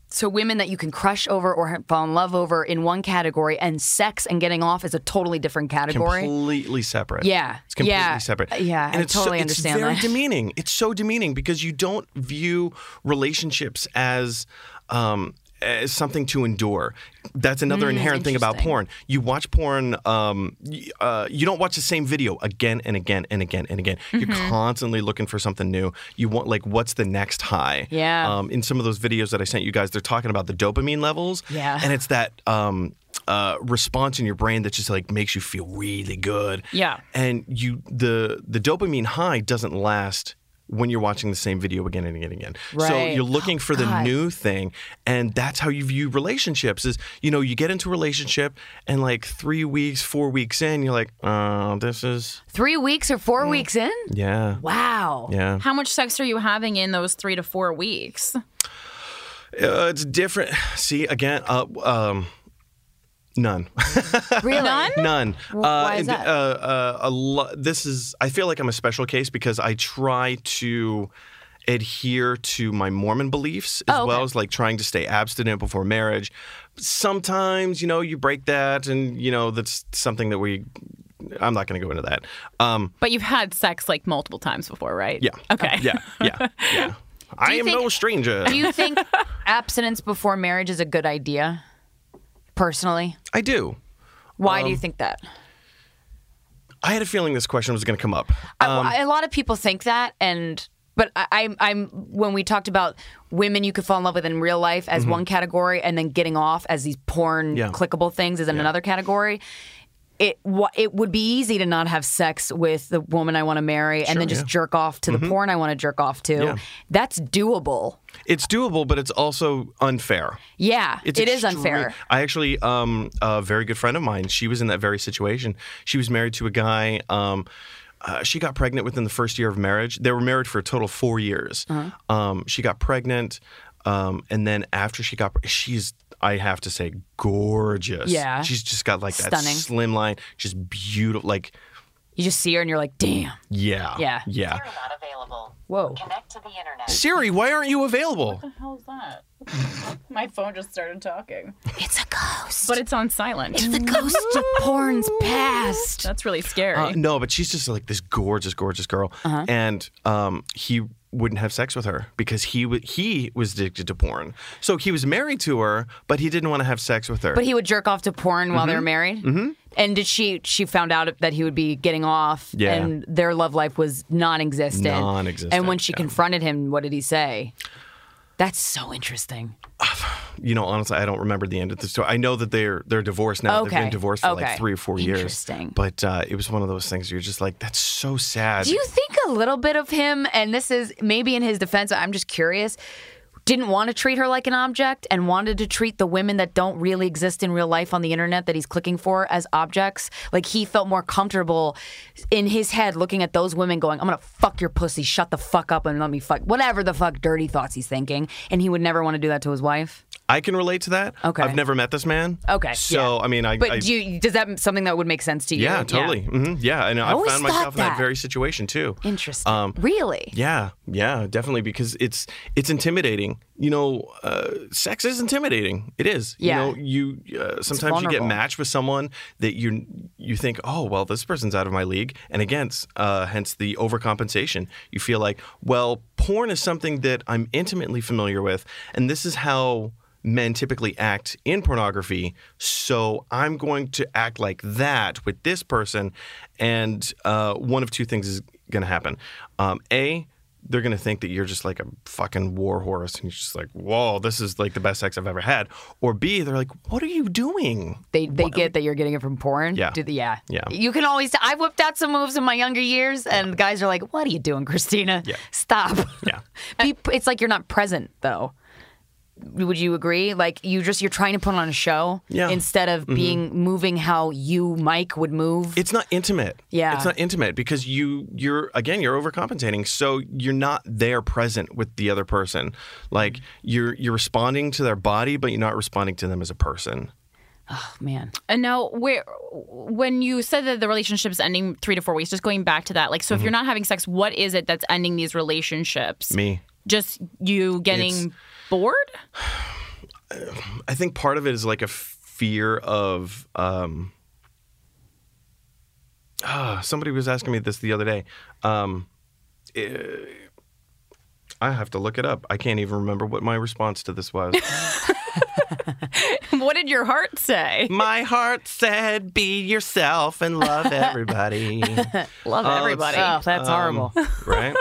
so women that you can crush over or fall in love over in one category, and sex and getting off is a totally different category. completely separate. Yeah. it's completely Yeah. separate. Uh, yeah, I and it's so- totally understand It's very that. demeaning. It's so demeaning because you don't view relationships as. Um, as something to endure. That's another inherent thing about Mm, interesting. porn. You watch porn, um, y- uh, you don't watch the same video again and again and again and again. Mm-hmm. You're constantly looking for something new. You want, like, what's the next high? Yeah. Um, in some of those videos that I sent you guys, they're talking about the dopamine levels. Yeah. And it's that um, uh, response in your brain that just like makes you feel really good. Yeah. And you the the dopamine high doesn't last when you're watching the same video again and again and again. So Right. you're looking for the new thing and that's how you view relationships is you know you get into a relationship and like 3 weeks, 4 weeks in you're like, "Oh, this is Three weeks or four weeks in? yeah." Wow. Yeah. How much sex are you having in those three to four weeks? Uh, it's different. See, again, uh, um none. Really? None. why uh, is that? Uh, uh, a lo- this is. I feel like I'm a special case because I try to adhere to my Mormon beliefs as Oh, okay. well as like trying to stay abstinent before marriage. Sometimes you know you break that, and you know that's something that we. I'm not going to go into that. Um, But you've had sex like multiple times before, right? yeah. Okay. Yeah. Yeah. Yeah. I you am think- no stranger. Do you think abstinence before marriage is a good idea? Personally, I do. why do you think that? I had a feeling this question was going to come up. I, a lot of people think that, and but I, I'm I'm when we talked about women you could fall in love with in real life as one category, and then getting off as these porn Mm-hmm. Yeah. clickable things is in another category. It wa- it would be easy to not have sex with the woman I want to marry, and then just yeah. Mm-hmm. jerk off to the porn I want to jerk off to. Yeah. That's doable. It's doable, but it's also unfair. Yeah, It's it is extreme- unfair. I actually, um, a very good friend of mine, she was in that very situation. She was married to a guy. Um, uh, she got pregnant within the first year of marriage. They were married for a total of four years. Uh-huh. Um, she got pregnant, um, and then after she got, pre- she's I have to say gorgeous. Yeah. she's just got like that Stunning. slim line, just beautiful. Like, You just see her and you're like, damn. yeah, Yeah. yeah. You're not available. Whoa. Connect to the internet. Siri, why aren't you available? hell's that? My phone just started talking. It's a ghost. But it's on silent. the ghost of porn's past. That's really scary. Uh, no, but she's just like this gorgeous, gorgeous girl, Uh-huh. and um, he wouldn't have sex with her because he w- he was addicted to porn. So he was married to her, but he didn't want to have sex with her. But he would jerk off to porn while they were married. Mm-hmm. And did she? She found out that he would be getting off, Yeah. and their love life was non-existent. Non-existent, And when she yeah. confronted him, what did he say? That's so interesting. you know, honestly, I don't remember the end of the story. I know that they're they're divorced now. They've Okay. been divorced for Okay. like three or four years. Interesting. But uh, it was one of those things where you're just like, that's so sad. Do you think a little bit of him, and this is maybe in his defense, I'm just curious. didn't want to treat her like an object and wanted to treat the women that don't really exist in real life on the internet that he's clicking for as objects. Like he felt more comfortable in his head looking at those women going, I'm gonna fuck your pussy, shut the fuck up and let me fuck whatever the fuck dirty thoughts he's thinking. And he would never want to do that to his wife. I can relate to that. Okay. I've never met this man. Okay, So yeah. I mean, I. But I- do you does that something that would make sense to you? yeah, totally. Yeah, hmm yeah and I, always found thought myself in that. that very situation too. Interesting. Um, really? Yeah, yeah, definitely because it's it's intimidating. You know, uh, sex is intimidating. It is. Yeah. You know, you uh, sometimes you get vulnerable. matched with someone that you you think, oh well, this person's out of my league, and against, uh, hence the overcompensation. You feel like, well, porn is something that I'm intimately familiar with, and this is how men typically act in pornography so i'm going to act like that with this person and uh, one of two things is going to happen um, a they're going to think that you're just like a fucking war horse and you're just like, whoa, this is like the best sex I've ever had. Or B, they're like, what are you doing? They they get that you're getting it from porn. Yeah. Do the- yeah. Yeah. You can always. I whipped out some moves in my younger years, and the guys are like, "What are you doing, Christina? Yeah. Stop." Yeah. Be, it's like you're not present though. Would you agree? Like you just you're trying to put on a show Yeah. Mm-hmm. instead of being moving how you Mike would move. It's not intimate. Yeah. It's not intimate because you you're again, you're overcompensating. So you're not there present with the other person. Like you're you're responding to their body, but you're not responding to them as a person. oh man. And now, where when you said that the relationship's ending three to four weeks, just going back to that, like, so if you're not having sex, what is it that's ending these relationships? Mm-hmm. Me. Just you getting It's- bored? I think part of it is like a fear of um ah, somebody was asking me this the other day. Um eh, I have to look it up. I can't even remember what my response to this was. what did your heart say? my heart said be yourself and love everybody. Love Uh, let's everybody. see. Oh, that's horrible. Um, right?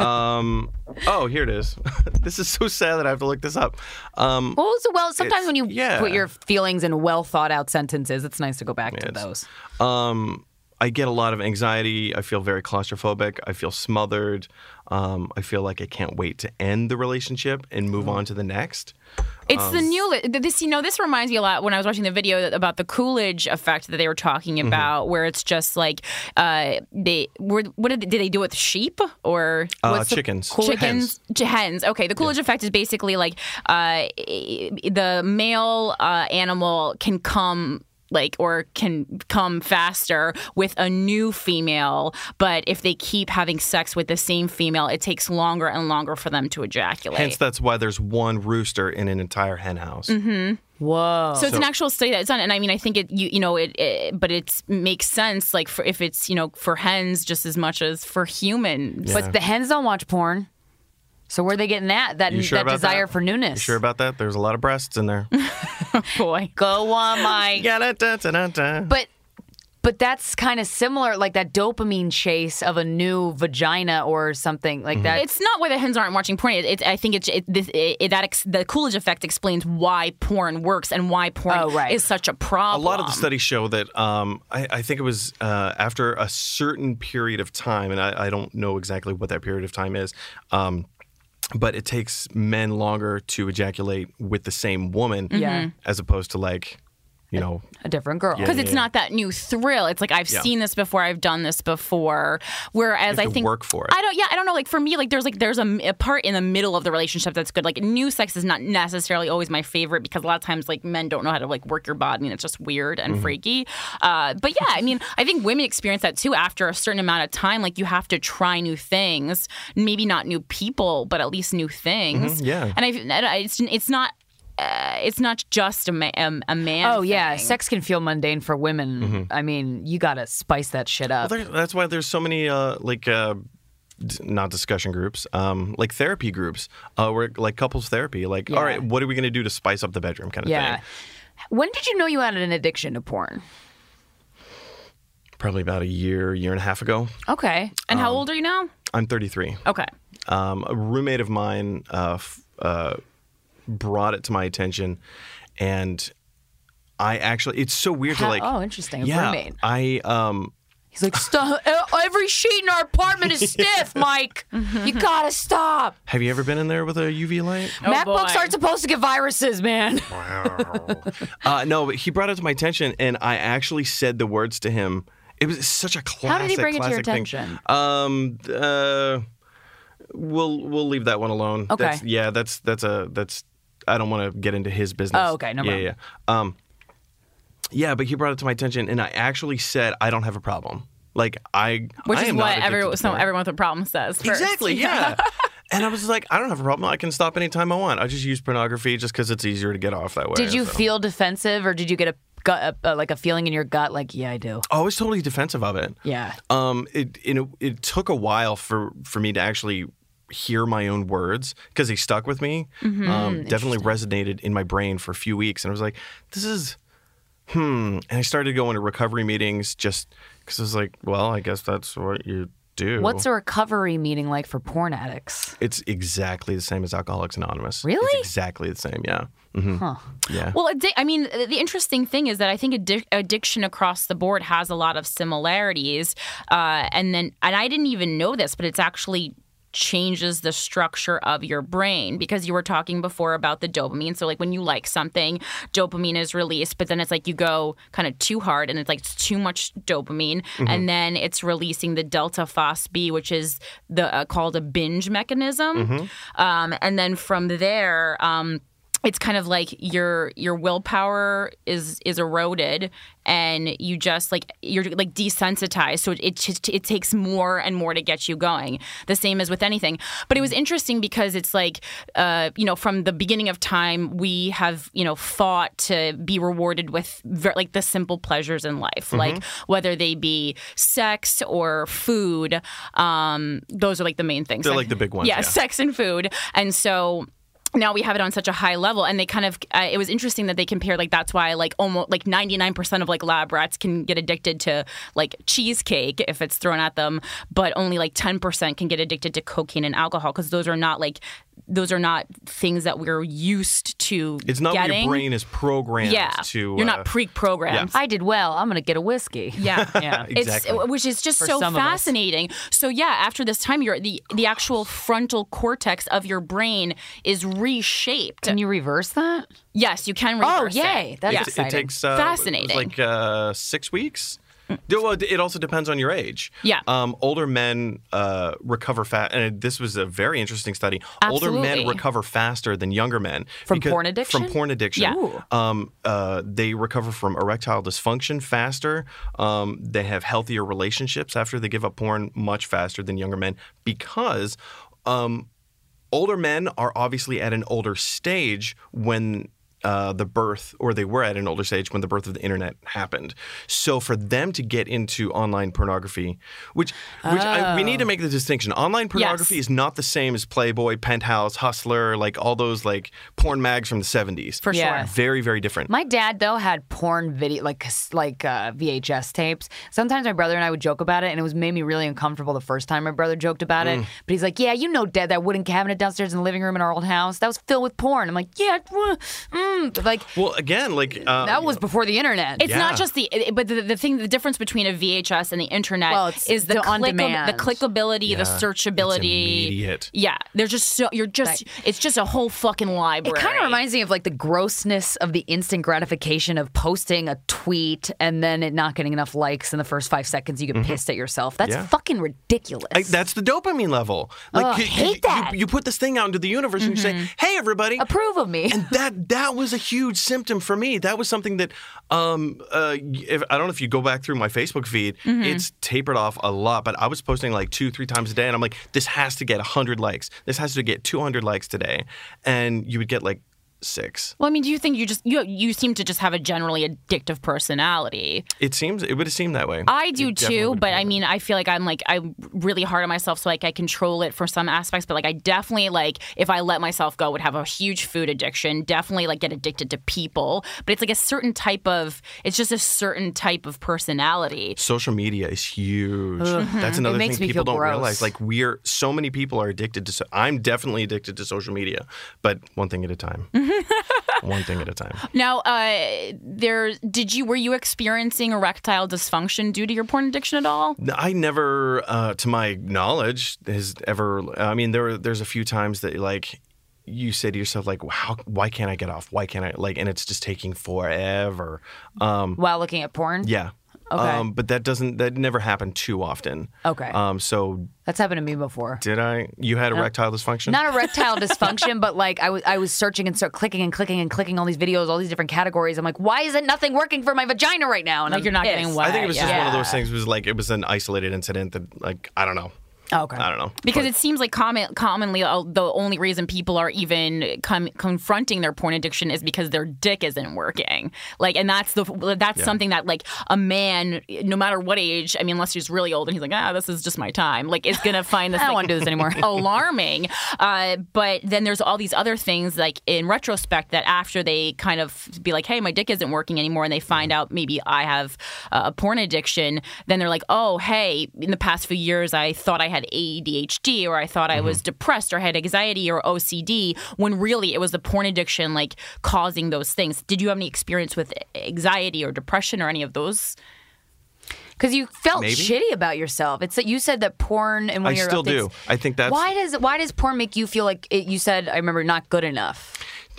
Um oh, here it is. this is so sad that I have to look this up. Um Well, so, well, sometimes it's- when you yeah. put your feelings in well thought out sentences, it's nice to go back to it's- those. Um, I get a lot of anxiety. I feel very claustrophobic. I feel smothered. Um, I feel like I can't wait to end the relationship and move on to the next. It's the Um, new li- th- this you know this reminds me a lot when I was watching the video about the Coolidge effect that they were talking Mm-hmm. about where it's just like uh they were what did, did they do with sheep or Uh, What's the chickens. chickens Hens. hens. hens okay the Coolidge effect is basically like uh the male uh animal can come like or can come faster with a new female but if they keep having sex with the same female it takes longer and longer for them to ejaculate Hence, that's why there's one rooster in an entire hen house. Whoa. So, it's an actual study that's done, and I mean, I think it you you know it, it but it makes sense like for if it's you know for hens just as much as for humans. But the hens don't watch porn. So where are they getting that? That, You sure that about desire that? for newness. You sure about that? There's a lot of breasts in there. boy, Go on, Mike. yeah, da, da, da, da, da. But but that's kind of similar, like that dopamine chase of a new vagina or something Mm-hmm. like that. it's not why the hens aren't watching porn. It, it, I think it's it, this, it, that ex, the Coolidge effect explains why porn works and why porn Oh, right. is such a a problem. lot of the studies show that um, I, I think it was uh, after a certain period of time, and I, I don't know exactly what that period of time is, um, but it takes men longer to ejaculate with the same woman, Yeah. Mhm. as opposed to like, you know, a different girl. because it's Yeah. not that new thrill. It's like I've Yeah. seen this before. I've done this before. Whereas I You have to think work for it. I don't. Yeah, I don't know. Like for me, like there's like there's a, m- a part in the middle of the relationship that's good. Like new sex is not necessarily always my favorite because a lot of times like men don't know how to like work your body and it's just weird Mm-hmm. and freaky. Uh, but yeah, I mean, I think women experience that too. After a certain amount of time, like you have to try new things. Maybe not new people, but at least new things. Mhm, yeah. and I, and I it's it's not. Uh, it's not just a, ma- um, a man. Oh yeah, thing. sex can feel mundane for women. I mean, you gotta spice that shit up. Mm-hmm. Well, there- that's why there's so many uh, like uh, d- not discussion groups, um, like therapy groups, uh, where like couples therapy, like all right, what are we gonna do to spice up the bedroom kind of yeah. thing. When did you know you had an addiction to porn? Probably about a year, year and a half ago. Okay. And Um, how old are you now? I'm 33. Okay. um, a roommate of mine uh, f- uh, brought it to my attention, and I actually—it's so weird How- to like. oh, interesting. A Yeah, roommate. I um, He's like, stop. Every sheet in our apartment is stiff, Mike. You gotta stop. Have you ever been in there with a UV light? Oh, MacBooks boy. aren't supposed to get viruses, man. uh, no, but he brought it to my attention, and I actually said the words to him. It was such a classic. How did he bring it to your classic thing. attention? Um. Uh. We'll we'll leave that one alone. Okay. That's, yeah. That's that's a that's. I don't want to get into his business. Oh, okay, no Yeah. problem. Yeah. Um. Yeah, but he brought it to my attention, and I actually said I don't have a problem. Like I, Which I is am what not addicted every, to so porn. everyone with a problem says. first. Exactly. Yeah. and I was just like, I don't have a problem. I can stop anytime I want. I just use pornography just because it's easier to get off that way. Did you so. feel defensive, or did you get a, gut, a, a like a feeling in your gut, like, yeah, I do? I was totally defensive of it. Yeah. Um, it you know, it took a while for for me to actually hear my own words because they stuck with me. Um, definitely resonated in my brain for a few weeks, and I was like, "This is hmm." And I started going to recovery meetings just because I was like, "Well, I guess that's what you do." What's a recovery meeting like for porn addicts? It's exactly the same as Alcoholics Anonymous. Really? It's exactly the same. Yeah. hmm Huh. Yeah. Well, addi- I mean, th- the interesting thing is that I think addic- addiction across the board has a lot of similarities, uh, and then and I didn't even know this, but it's actually changes the structure of your brain because you were talking before about the dopamine. So like when you like something, dopamine is released, but then it's like you go kind of too hard and it's like too much dopamine and then it's releasing the delta phosb which is the uh, called a binge mechanism. Um, and then from there um it's kind of like your your willpower is is eroded and you just like you're like desensitized so it it, just, it takes more and more to get you going the same as with anything but it was interesting because it's like uh, you know from the beginning of time we have you know fought to be rewarded with ver- like the simple pleasures in life Mm-hmm. like whether they be sex or food um, those are like the main things They're, like, the big ones, yeah, yeah. sex and food and so now we have it on such a high level and they kind of uh, it was interesting that they compared like that's why like almost like 99% of like lab rats can get addicted to like cheesecake if it's thrown at them but only like 10% can get addicted to cocaine and alcohol because those are not like those are not things that we're used to It's not what getting. your brain is programmed yeah to. you're uh, not pre-programmed I did well. I'm gonna get a whiskey. yeah, Yeah. Exactly. It's, which is just For so some of us. fascinating. So yeah, after this time, your the the actual frontal cortex of your brain is reshaped. Can you reverse that? yes, you can Oh, reverse yay. It. That's yeah. It- It exciting. Mm. takes uh, Fascinating. It was like uh, six weeks. Do- Well, it also depends on your age. Yeah. Um, older men uh, recover fast, and this was a very interesting study. Older men Absolutely. recover faster than younger men From because- porn addiction? From porn addiction, Yeah. Ooh. Um, uh, they recover from erectile dysfunction faster. Um, they have healthier relationships after they give up porn much faster than younger men because um, older men are obviously at an older stage when uh, the birth, or they were at an older stage when the birth of the internet happened. So for them to get into online pornography, which which I, we need to make the distinction. Online pornography is not the same as Playboy, Penthouse, Hustler, like all those like porn mags from the seventies. For Yeah. sure. very very different. My dad though had porn video like cas- like uh, VHS tapes. Sometimes my brother and I would joke about it, and it was made me really uncomfortable the first time my brother joked about it. But he's like, "Yeah, you know, Dad, that wooden cabinet downstairs in the living room in our old house that was filled with porn." I'm like, "Yeah, it wa- mm. But, like well, again, like uh, that was before the internet." It's not Yeah. just the, it- but the, the thing, the difference between a VHS and the internet Well, it's is the the on clickab- demand. the clickability, the searchability. immediate. Yeah, they're just so you're just it's just a whole fucking library. It kind of reminds me of like the grossness of the instant gratification of posting a tweet and then it not getting enough likes in the first five seconds. You get Mm-hmm. pissed at yourself. That's Yeah. fucking ridiculous. Like, that's the dopamine level. Like Ugh, you, hate you- that. Mm-hmm. You, put this thing out into the universe and you say, "Hey, everybody, Approve of me. and that that was a huge symptom for me. That was something that um uh if, I don't know if you go back through my Facebook feed, Mm-hmm. it's tapered off a lot, but I was posting like 2 3 times a day and I'm like this has to get 100 likes. This has to get 200 likes today. And you would get like 6. Well, I mean, do you think you just you you seem to just have a generally addictive personality? It seems it would have seemed that way. Uh, I do It definitely too, would but have I mean, I feel like I'm like I'm really hard on myself, so like I control it for some aspects. But like I definitely like if I let myself go, would have a huge food addiction. Definitely like get addicted to people. But it's like a certain type of. It's just a certain type of personality. Social media is huge. That's another makes thing me people feel don't gross. realize. Like we're so many people are addicted to. So, I'm definitely addicted to social media, but one thing at a time. One thing at a time. Now, uh, there did you were you experiencing erectile dysfunction due to your porn addiction at all? No, I never, uh, to my knowledge, has ever. I mean, there were- there's a few times that like you say to yourself like, "How? Why can't I get off? Why can't I?" Like, and it's just taking forever. Um, while looking at porn. yeah. Okay. Um, but that doesn't. That never happened too often. Okay. Um, so That's happened to me before. did I? You had erectile dysfunction. Not erectile dysfunction, but like I was, I was searching and start clicking and clicking and clicking all these videos, all these different categories. I'm like, why isn't nothing working for my vagina right now? And Like I'm you're not pissed. getting wet. I think it was yeah. just one of those things. Was like it was an isolated incident that like I don't know. Oh, okay. I don't know. Because it seems like common, commonly uh, the only reason people are even com- confronting their porn addiction is because their dick isn't working. Like, and that's the that's something that like a man, no matter what age, I mean, unless he's really old and he's like, ah, this is just my time. Like, is gonna find this. I like, don't wanna do this anymore. alarming. Uh, but then there's all these other things like in retrospect that after they kind of be like, hey, my dick isn't working anymore, and they find out maybe I have uh, a porn addiction, then they're like, oh, hey, in the past few years I thought I had ADHD or I thought Mm-hmm. I was depressed or had anxiety or OCD when really it was the porn addiction like causing those things. Did you have any experience with anxiety or depression or any of those? Because you felt Maybe. shitty about yourself. It's that you said that porn and when I you're still do. I think that's Why does why does porn make you feel like it, you said I remember not good enough?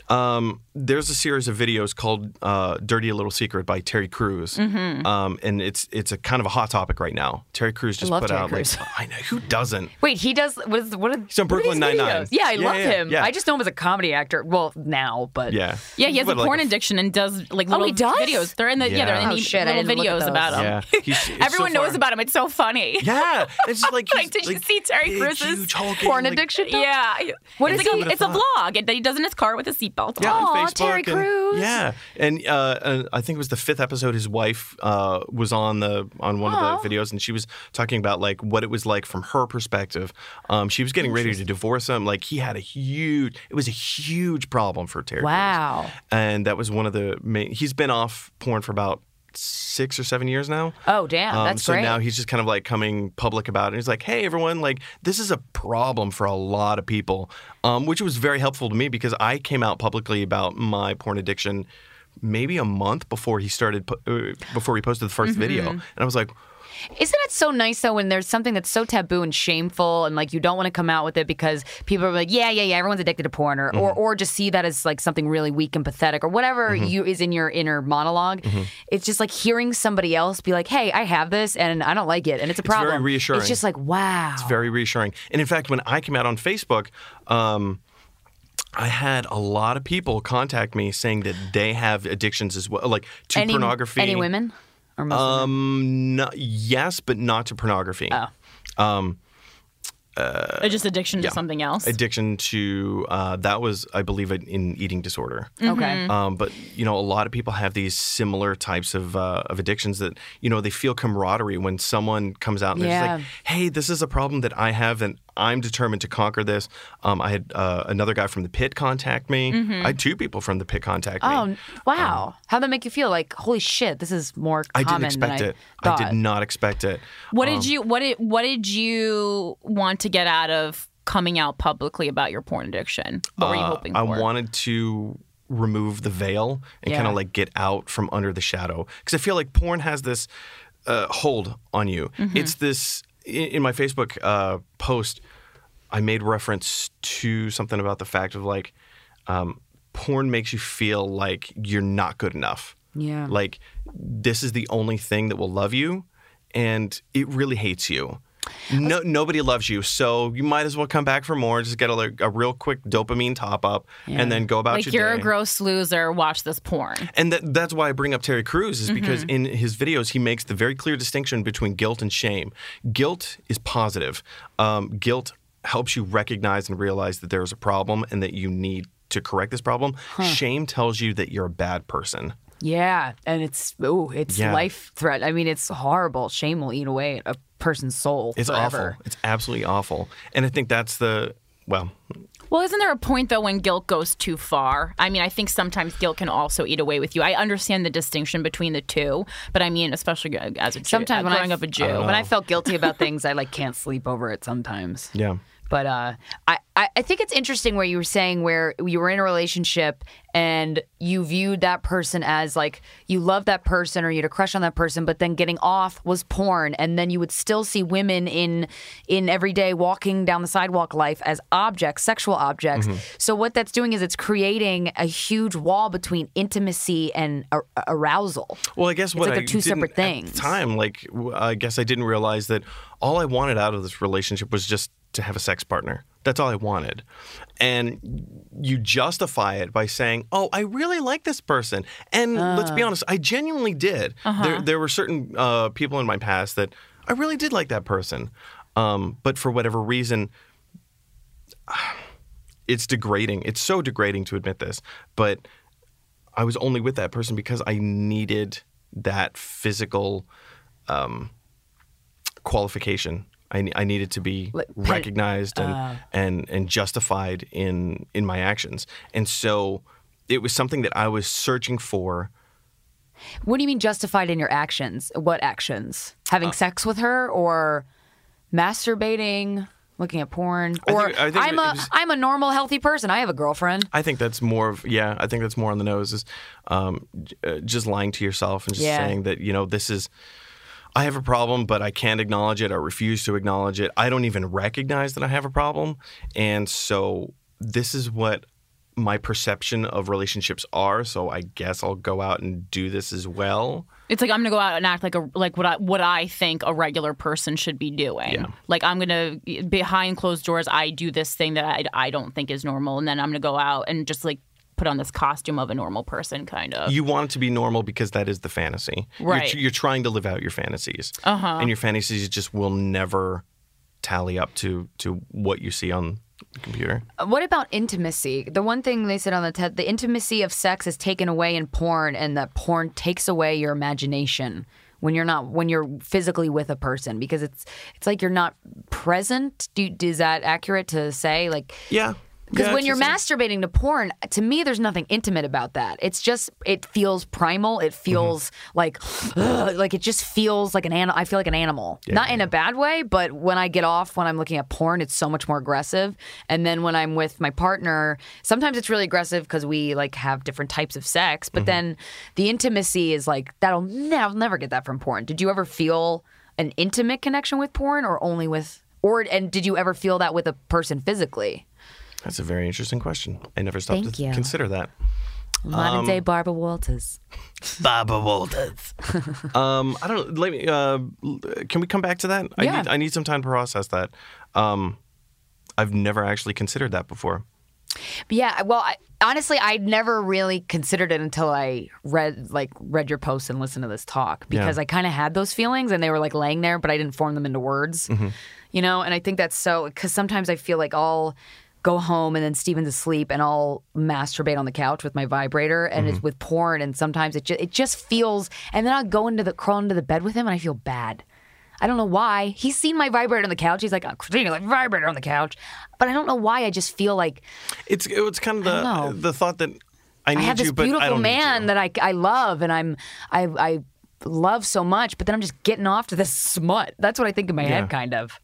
um, there's a series of videos called uh, "Dirty Little Secret" by Terry Crews, Mm-hmm. um, and it's it's a kind of a hot topic right now. Terry Crews just love put Terry out Crews. like I know who doesn't. Wait, he does. What is what? Are, He's what are on Brooklyn these Nine-Nine. videos? Yeah, I Yeah, love yeah, him. yeah. I just know him as a comedy actor. Well, now, but Yeah, Yeah, he has a But, like, porn a- addiction and does like Oh, little he does? videos. They're in the yeah, they're in Yeah. the Oh, shit, I little didn't look at videos those. about him. Yeah, He's- it's so Everyone knows far- about him. It's so funny. Yeah, it's just like, Like, he's, did you like, see Terry big, Crews' huge, hulking, porn like- addiction. Yeah. What it's is like he- a, it's a vlog that he does in his car with a seatbelt Yeah, on. Aw, on Facebook Terry and- Crews. Yeah, and uh, and I think it was the fifth episode. His wife uh, was on the on one of the videos, and she was talking about like what it was like from her perspective. Um, she was getting ready to divorce him. Like he had a huge, it was a huge problem for Terry. Crews. Wow. and that was one of the main. He's been off porn for about six or seven years now. Oh damn, that's Um, so great. now he's just kind of like coming public about it. He's like, "Hey, everyone! Like, this is a problem for a lot of people," um, which was very helpful to me because I came out publicly about my porn addiction maybe a month before he started pu- uh, before he posted the 1st Mm-hmm. video, and I was like, Isn't it so nice though when there's something that's so taboo and shameful and like you don't want to come out with it because people are like, yeah, yeah, yeah, everyone's addicted to porn or Mm-hmm. or, or just see that as like something really weak and pathetic or whatever you is in your inner monolog Mm-hmm. It's just like hearing somebody else be like, hey, I have this and I don't like it and it's a very problem. reassuring. It's just like wow. very reassuring. And in fact, when I came out on Facebook, um, I had a lot of people contact me saying that they have addictions as well, like to any, pornography. Any women? Or most women? Um, no, yes, but not to pornography. Oh. It's just addiction to something else. Addiction to uh, that was, I believe, an, an eating disorder. Okay. Um, but you know, a lot of people have these similar types of uh, of addictions that you know they feel camaraderie when someone comes out and they're just Yeah. like, "Hey, this is a problem that I have, and I'm determined to conquer this." Um, I had uh, another guy from the pit contact me. I had two people from the pit contact me. Mm-hmm. Oh wow! How'd that make you feel? Like holy shit, this is more Um, I common didn't expect than I it. thought. I did not expect it. What Um, did you what did what did you want to get out of coming out publicly about your porn addiction? What were you Uh, hoping for? I wanted to remove the veil and Yeah. kind of like get out from under the shadow because I feel like porn has this uh, hold on you. Mm-hmm. It's this in, in my Facebook uh, post. I made reference to something about the fact of like um, porn makes you feel like you're not good enough. Yeah. Like this is the only thing that will love you, and it really hates you. No, nobody loves you, so you might as well come back for more. Just get a, like, a real quick dopamine top up, and then go about like your you're day. a gross loser. Watch this porn. and that, that's why I bring up Terry Crews is because Mm-hmm. in his videos he makes the very clear distinction between guilt and shame. Guilt is positive. Um, guilt helps you recognize and realize that there is a problem and that you need to correct this problem. Shame tells you that you're a bad person. Yeah, and it's ooh, it's Yeah. life threat. I mean, it's horrible. Shame will eat away at a person's soul. It's forever. awful. It's absolutely awful. And I think that's the well, Well, isn't there a point though when guilt goes too far? I mean, I think sometimes guilt can also eat away with you. I understand the distinction between the two, but I mean, especially uh, as a Jew, Sometimes when I growing f- up a Jew, When I felt guilty about things, I like can't sleep over it sometimes. yeah. But uh, I, I I think it's interesting where you were saying where you were in a relationship and you viewed that person as like you love that person or you had a crush on that person, but then getting off was porn, and then you would still see women in in everyday walking down the sidewalk life as objects, sexual objects. So what that's doing is it's creating a huge wall between intimacy and ar- arousal. Well, I guess what like I they're two didn't- separate At things. the time, like w- I guess I didn't realize that all I wanted out of this relationship was just to have a sex partner. That's all I wanted. And you justify it by saying, "Oh, I really like this person." And let's Uh. be honest, I genuinely did. Uh-huh. There, there were certain uh, people in my past that I really did like that person, um, but for whatever reason, it's degrading. It's so degrading to admit this, but I was only with that person because I needed that physical um, qualification. I, ne- I needed to be Like, pen- uh. recognized and, and and justified in in my actions, and so it was something that I was searching for. What do you mean justified in your actions? What actions? Uh. Having sex with her or masturbating, looking at porn? I or think- I think am it a was- am a normal healthy person. I have a girlfriend. I think that's more of yeah. I think that's more on the nose is um, j- uh, just lying to yourself and just Yeah. saying that you know this is. I have a problem, but I can't acknowledge it. I refuse to acknowledge it. I don't even recognize that I have a problem, and so this is what my perception of relationships are. So I guess I'll go out and do this as well. It's like I'm gonna go out and act like a like what I what I think a regular person should be doing. Yeah. Like I'm gonna behind closed doors, I do this thing that I, I don't think is normal, and then I'm gonna go out and just like put on this costume of a normal person, kind of. You want it to be normal because that is the fantasy. You're- Right. You're, trying to live out your fantasies, uh-huh. and your fantasies just will never tally up to to what you see on the computer. What about intimacy? The one thing they said on the TED, the intimacy of sex is taken away in porn, and that porn takes away your imagination when you're not when you're physically with a person because it's it's like you're not present. Do, is that accurate to say? Like Yeah. Because Yeah, when it's you're just- masturbating to porn, to me, there's nothing intimate about that. It's just it feels primal. It feels like ugh, like it just feels like an animal. I feel like an animal, not in a bad way, but when I get off when I'm looking at porn, it's so much more aggressive. And then when I'm with my partner, sometimes it's really aggressive because we like have different types of sex. But then the intimacy is like that'll ne- I'll never get that from porn. Did you ever feel an intimate connection with porn, or only with? Or, and did you ever feel that with a person physically? That's a very interesting question. I never stopped Thank to you. consider that. Modern day Barbara Walters. Baba Walters. um, I don't. Let me. Uh, l- can we come back to that? I Yeah. need. I need some time to process that. Um, I've never actually considered that before. Yeah, well, I, honestly, I never really considered it until I read like read your post and listened to this talk because Yeah. I kind of had those feelings and they were like laying there, but I didn't form them into words, you know. And I think that's so because sometimes I feel like I'll go home and then Steven's asleep and I'll masturbate on the couch with my vibrator and it's with porn and sometimes it just it just feels and then I'll go into the crawl into the bed with him and I feel bad. I don't know why. He's seen my vibrator on the couch. He's like, oh, Christina, like vibrator on the couch. But I don't know why. I just feel like It's. It's kind of know. the the thought that I need I have you, this but I beautiful don't man Need you. that I, I love and I'm I I love so much, but then I'm just getting off to this smut. That's what I think in my head, kind of.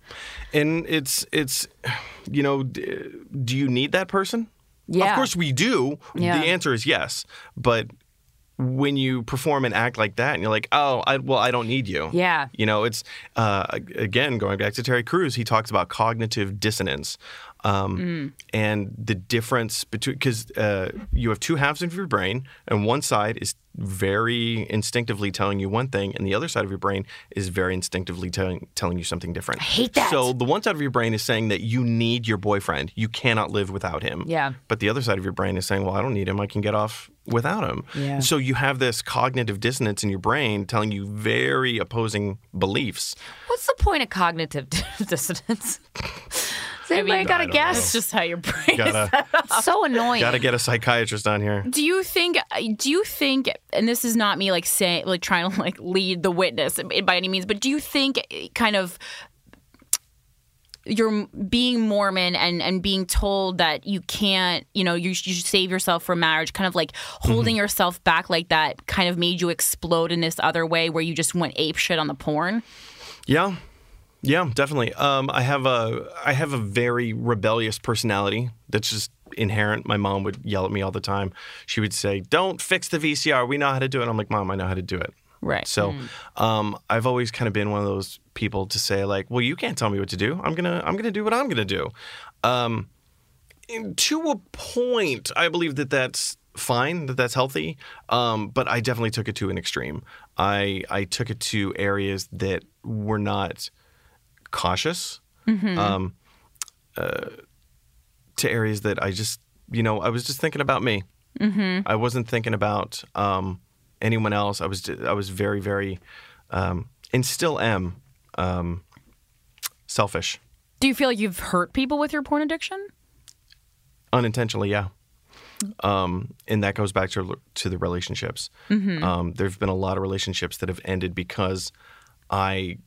And it's it's, you know, d- do you need that person? Yeah. Of course we do. Yeah. The answer is yes, but when you perform and act like that and you're like oh I, well i don't need you Yeah. you know it's uh, again going back to terry cruz he talks about cognitive dissonance um, Mm. and the difference between because uh, you have two halves of your brain and one side is very instinctively telling you one thing and the other side of your brain is very instinctively telling telling you something different I hate that. so the one side of your brain is saying that you need your boyfriend you cannot live without him Yeah. but the other side of your brain is saying, well, I don't need him. I can get off without him. Yeah. So you have this cognitive dissonance in your brain telling you very opposing beliefs. What's the point of cognitive dissonance? Has anybody mean, got a don't That's guess? just how your brain is Gotta, It's so annoying. gotta get a psychiatrist on here. do you think do you think and this is not me like saying like trying to like lead the witness by any means but do you think kind of you're being mormon and and being told that you can't you know you, sh- you should save yourself for marriage kind of like Mm-hmm. holding yourself back like that kind of made you explode in this other way where you just went ape shit on the porn Yeah. Yeah, definitely. Um, I have a I have a very rebellious personality that's just inherent. My mom would yell at me all the time. She would say, "Don't fix the VCR. We know how to do it." I'm like, "Mom, I know how to do it." Right. So, um, I've always kind of been one of those people to say like, "Well, you can't tell me what to do. I'm gonna I'm gonna do what I'm gonna do." Um, and to a point, I believe that that's fine, that that's healthy. Um, but I definitely took it to an extreme. I I took it to areas that were not cautious um, uh, to areas that I just, you know, I was just thinking about me. Mm-hmm. I wasn't thinking about um, anyone else. I was, ju- I was very, very, um, and still am, um, selfish Do you feel like you've hurt people with your porn addiction? unintentionally. Yeah. Um, and that goes back to to the relationships. Mm-hmm. Um, there've been a lot of relationships that have ended because I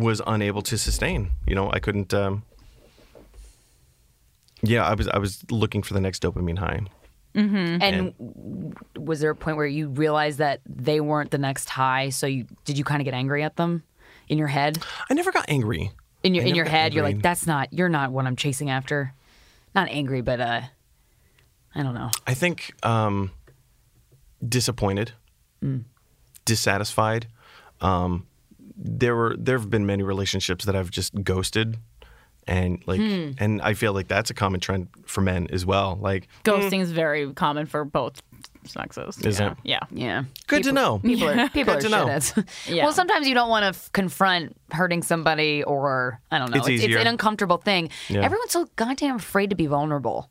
was unable to sustain. You know, I couldn't. Um, yeah, I was I was looking for the next dopamine high. And w- was there a point where you realized that they weren't the next high? So you did you kind of get angry at them in your head? I never got angry. In your I in your never got head, you're like, angry. that's not you're not what I'm chasing after. Not angry, but uh, I don't know. I think um, disappointed, Mm. dissatisfied. Um, there were there have been many relationships that I've just ghosted, and like, Hmm. and I feel like that's a common trend for men as well. Like, Ghosting is very common for both sexes. Mm. Is yeah. it? Yeah. Yeah. good to know. People are people are Good to shit know. heads. Yeah. Well, sometimes you don't want to f- confront hurting somebody, or I don't know. It's it's easier. an uncomfortable thing. Yeah. Everyone's so goddamn afraid to be vulnerable.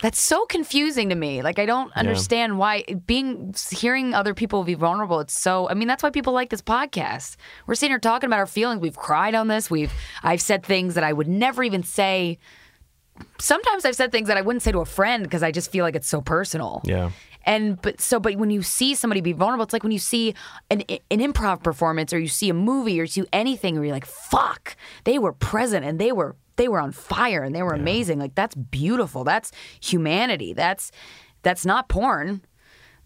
That's so confusing to me. Like I don't understand why being hearing other people be vulnerable. It's so. I mean, that's why people like this podcast. We're sitting here talking about our feelings. We've cried on this. We've I've said things that I would never even say. Sometimes I've said things that I wouldn't say to a friend because I just feel like it's so personal. Yeah. And but so but when you see somebody be vulnerable, it's like when you see an an improv performance or you see a movie or you see anything where you're like, "Fuck, they were present and they were they were on fire and they were amazing." Like that's beautiful. That's humanity. That's that's not porn.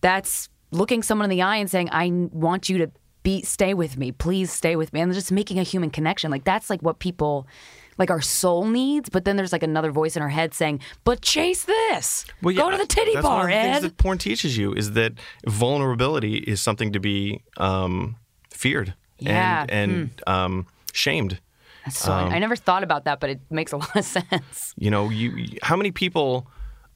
That's looking someone in the eye and saying, "I want you to be stay with me. Please stay with me." And just making a human connection. Like that's like what people like our soul needs, but then there's like another voice in our head saying, "But chase this. Well, yeah, Go to the titty that's bar, one of the Ed." Things that porn teaches you is that vulnerability is something to be um, feared Yeah. Hmm. and and um, shamed. So um, I never thought about that, but it makes a lot of sense. You know, you how many people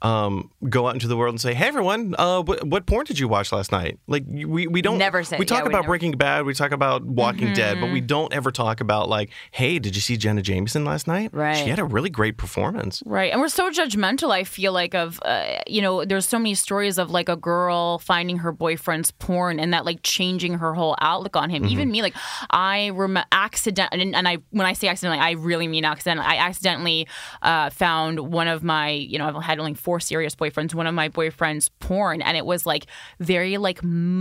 um, go out into the world and say, "Hey, everyone, uh, what, what porn did you watch last night?" Like you- we we don't Never say- we talk yeah, we about never- Mm-hmm. Breaking Bad, we talk about Walking Dead, but we don't ever talk about like, "Hey, did you see Jenna Jameson last night? Right. She had a really great performance." Right. And we're so judgmental, I feel like, of, uh, you know, there's so many stories of like a girl finding her boyfriend's porn and that like changing her whole outlook on him. Even me, like, I rem- accident and, and I, when I say accidentally, I really mean accidentally. I accidentally uh, found one of my, you know, I've had only four serious boyfriends, one of my boyfriends' porn, and it was like very like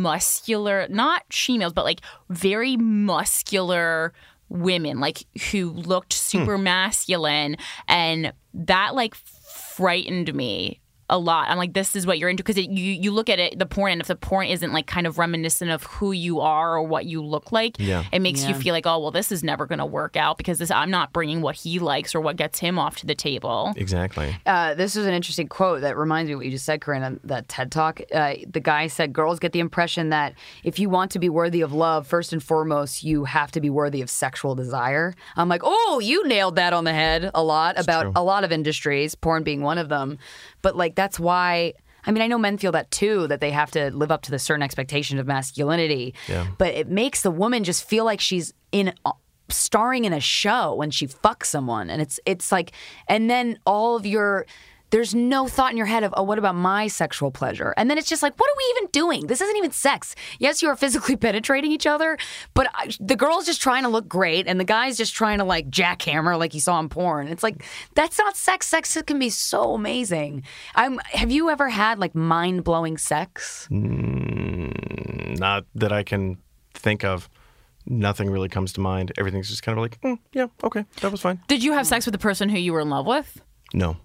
muscular, not she males, but like very muscular women like who looked Hmm. super masculine and that like frightened me a lot i'm like this is what you're into because you you look at it the porn and if the porn isn't like kind of reminiscent of who you are or what you look like Yeah. it makes you Yeah. feel like oh well this is never going to work out because this i'm not bringing what he likes or what gets him off to the table Exactly. Uh, this was an interesting quote that reminds me of what you just said, Corinne, on that TED Talk. Uh, the guy said, Girls get the impression that if you want to be worthy of love, first and foremost, you have to be worthy of sexual desire. I'm like, Oh, you nailed that on the head a lot about a lot of industries, porn being one of them. But like, that's why. I mean, I know men feel that too, that they have to live up to the certain expectation of masculinity. Yeah. But it makes the woman just feel like she's in starring in a show when she fucks someone, and it's it's like, and then all of your. There's no thought in your head of, oh, what about my sexual pleasure? And then it's just like, what are we even doing? This isn't even sex. Yes, you are physically penetrating each other, but I, the girl's just trying to look great and the guy's just trying to like jackhammer like you saw in porn. It's like, that's not sex. Sex can be so amazing. I'm, have you ever had like mind blowing sex? Not that I can think of. Nothing really comes to mind. Everything's just kind of like, "Mm, yeah, okay, that was fine. did you have sex with the person who you were in love with No,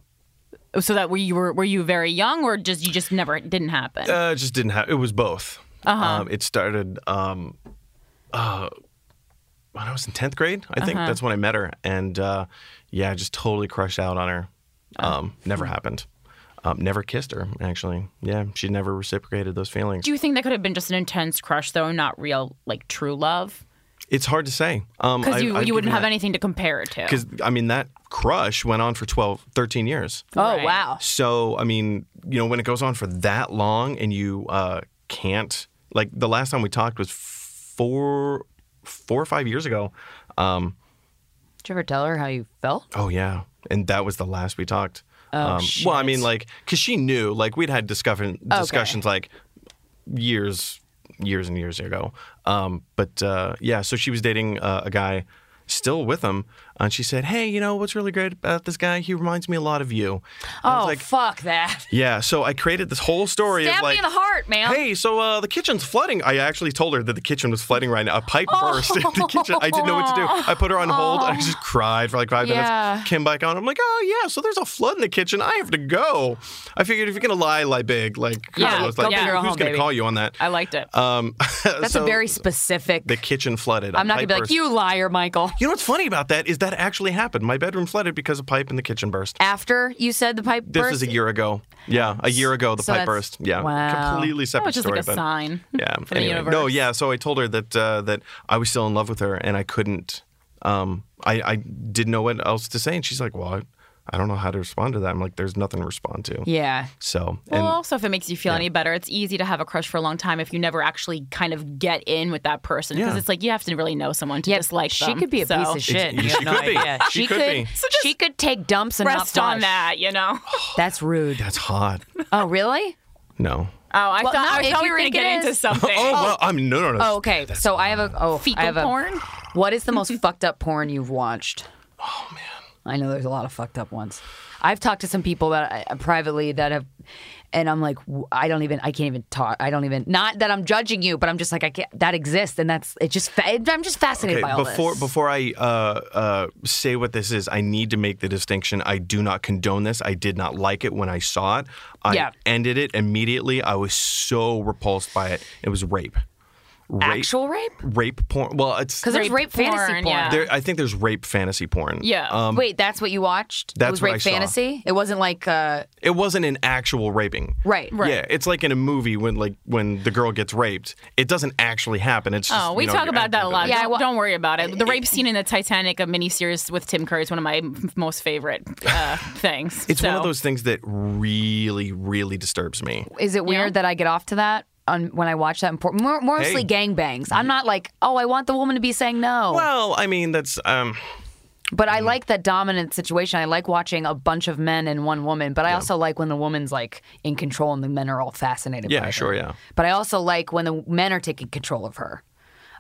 so that were you were were you very young or just you just never it didn't happen Uh, it just Uh-huh. didn't have. It was both. Um, it started. Um, uh, when I was in tenth grade. I Uh-huh. think that's when I met her, and uh, yeah, I just totally crushed out on her. Oh. Um, never happened. Um, never kissed her actually. Yeah, she never reciprocated those feelings. Do you think that could have been just an intense crush, though, not real, like true love? It's hard to say. Um, Because you, you wouldn't have anything to compare it to. Because I mean that crush went on for 12, 13 years. Right. Oh wow. So I mean, you know, when it goes on for that long and you uh, can't like the last time we talked was four, four or five years ago. Um, Did you ever tell her how you felt? oh yeah, and that was the last we talked. Oh, um, Well, I shit. mean, like, cause she knew, like, we'd had discussion discussions like years, years and years ago. Um, but uh, yeah, so she was dating uh, a guy, still with him, and she said, "Hey, you know what's really great about this guy? He reminds me a lot of you." And I was Oh like, fuck that. Yeah, so I created this whole story Stab of like, me in the heart, man. hey, so uh, the kitchen's flooding. I actually told her that the kitchen was flooding right now. A pipe Oh. burst in the kitchen. I didn't know what to do. I put her on hold. And I just cried for like five Yeah. minutes. Came back on. I'm like, oh yeah, so there's a flood in the kitchen. I have to go. I figured if you're gonna lie, lie big. Like, Yeah, I was like, go big or who's home, gonna baby. Uh, call you on that? I liked it. Um, That's a very specific. the kitchen flooded. A I'm not gonna pipe be like burst. you liar, Michael. You know what's funny about that is that actually happened. My bedroom flooded because a pipe in the kitchen burst. After you said the pipe This burst. is a year ago. Yeah, a year ago the So pipe that's- burst. Yeah, Wow. completely separate that was just story. like a but- sign. yeah. for the universe. No, yeah. So I told her that uh, that I was still in love with her and I couldn't. Um, I I didn't know what else to say, and she's like, "Well, I, I don't know how to respond to that." I'm like, "There's nothing to respond to." Yeah. So and Well, also, if it makes you feel any better, it's easy to have a crush for a long time if you never actually kind of get in with that person because Yeah. it's like you have to really know someone to Yeah, dislike she them. could be a So, piece of shit. You Ex- she have no could be. idea. She could be. So just she could take dumps and Rest not on flush. that, you know. Oh, That's rude. that's hot. Oh, really? No. Oh, I Well, thought no, I if thought you we were gonna think it get into is- something. Oh, well, I'm no, no, no. Oh, okay. So I have a oh, Fecal I have a, porn? What is the most fucked up porn you've watched? Oh man, I know there's a lot of fucked up ones. I've talked to some people that uh, privately that have, and I'm like, w- I don't even, I can't even talk. I don't even. Not that I'm judging you, but I'm just like, I can't. That exists, and that's it. Just fa- I'm just fascinated by all before this. before I uh, uh, say what this is, I need to make the distinction. I do not condone this. I did not like it when I saw it. I Yeah. ended it immediately. I was so repulsed by it. It was rape. rape actual rape, rape porn. Well, it's because there's Rape rape fantasy porn. porn, yeah. there, I think there's rape fantasy porn. Um, Yeah. Wait, that's what you watched? it That's was what rape I saw. fantasy. It wasn't like uh, It wasn't an actual raping. right, right. Yeah, it's like in a movie when like when the girl gets raped, it doesn't actually happen. It's just, Oh, we you know, talk you're about that a acting lot. to it. Yeah, Yeah, don't, well- don't worry about it. The rape scene in the Titanic, a miniseries with Tim Curry, is one of my m- most favorite uh, things. It's one So- of those things that really, really disturbs me. Is it weird that I get off to that on when I watch that? in porn? More, mostly Hey. gangbangs. I'm not like, oh, I want the woman to be saying no. Well, I mean, that's um, but Mm-hmm. I like that dominant situation. I like watching a bunch of men and one woman. But I also like when the woman's like in control and the men are all fascinated. Yeah, by her. sure, yeah. But I also like when the men are taking control of her. Uh,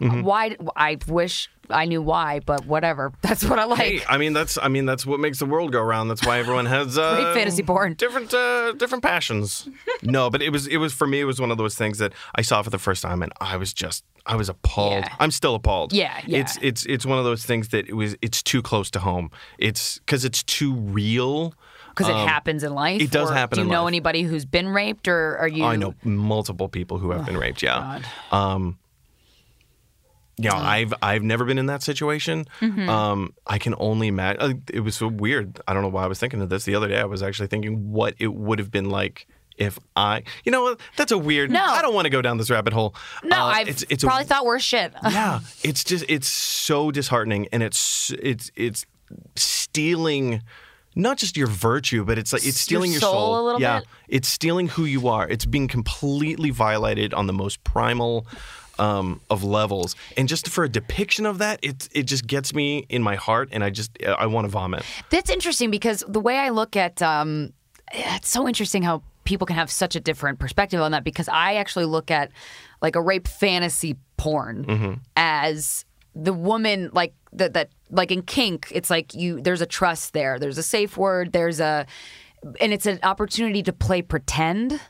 Mm-hmm. Why? I wish I knew why, but whatever. That's what I like. hey, I mean that's I mean that's what makes the world go round. That's why everyone has uh, Rape fantasy porn. different uh, different passions. no, but it was it was for me. It was one of those things that I saw for the first time, and I was just I was appalled. Yeah. I'm still appalled. Yeah, yeah. It's it's it's one of those things that it was it's too close to home. It's because it's too real. Because it happens in life. um, it does Or happen Do you in know life. anybody who's been raped, or are you? I know multiple people who have been Oh, raped. Yeah. Um, yeah, I've I've never been in that situation. Mm-hmm. Um, I can only imagine. It was so weird. I don't know why I was thinking of this the other day. I was actually thinking what it would have been like if I. You know, what? that's a weird. No. I don't want to go down this rabbit hole. No, Uh, I've it's, it's a- probably thought worse shit. yeah, it's just it's so disheartening, and it's it's it's stealing not just your virtue, but it's like it's stealing your soul soul, a little yeah, bit? it's stealing who you are. It's being completely violated on the most primal. Um, of levels, and just for a depiction of that, it it just gets me in my heart, and I just I want to vomit. That's interesting because the way I look at um, it's so interesting how people can have such a different perspective on that because I actually look at like a rape fantasy porn as the woman like that that like in kink it's like you there's a trust there there's a safe word there's a and it's an opportunity to play pretend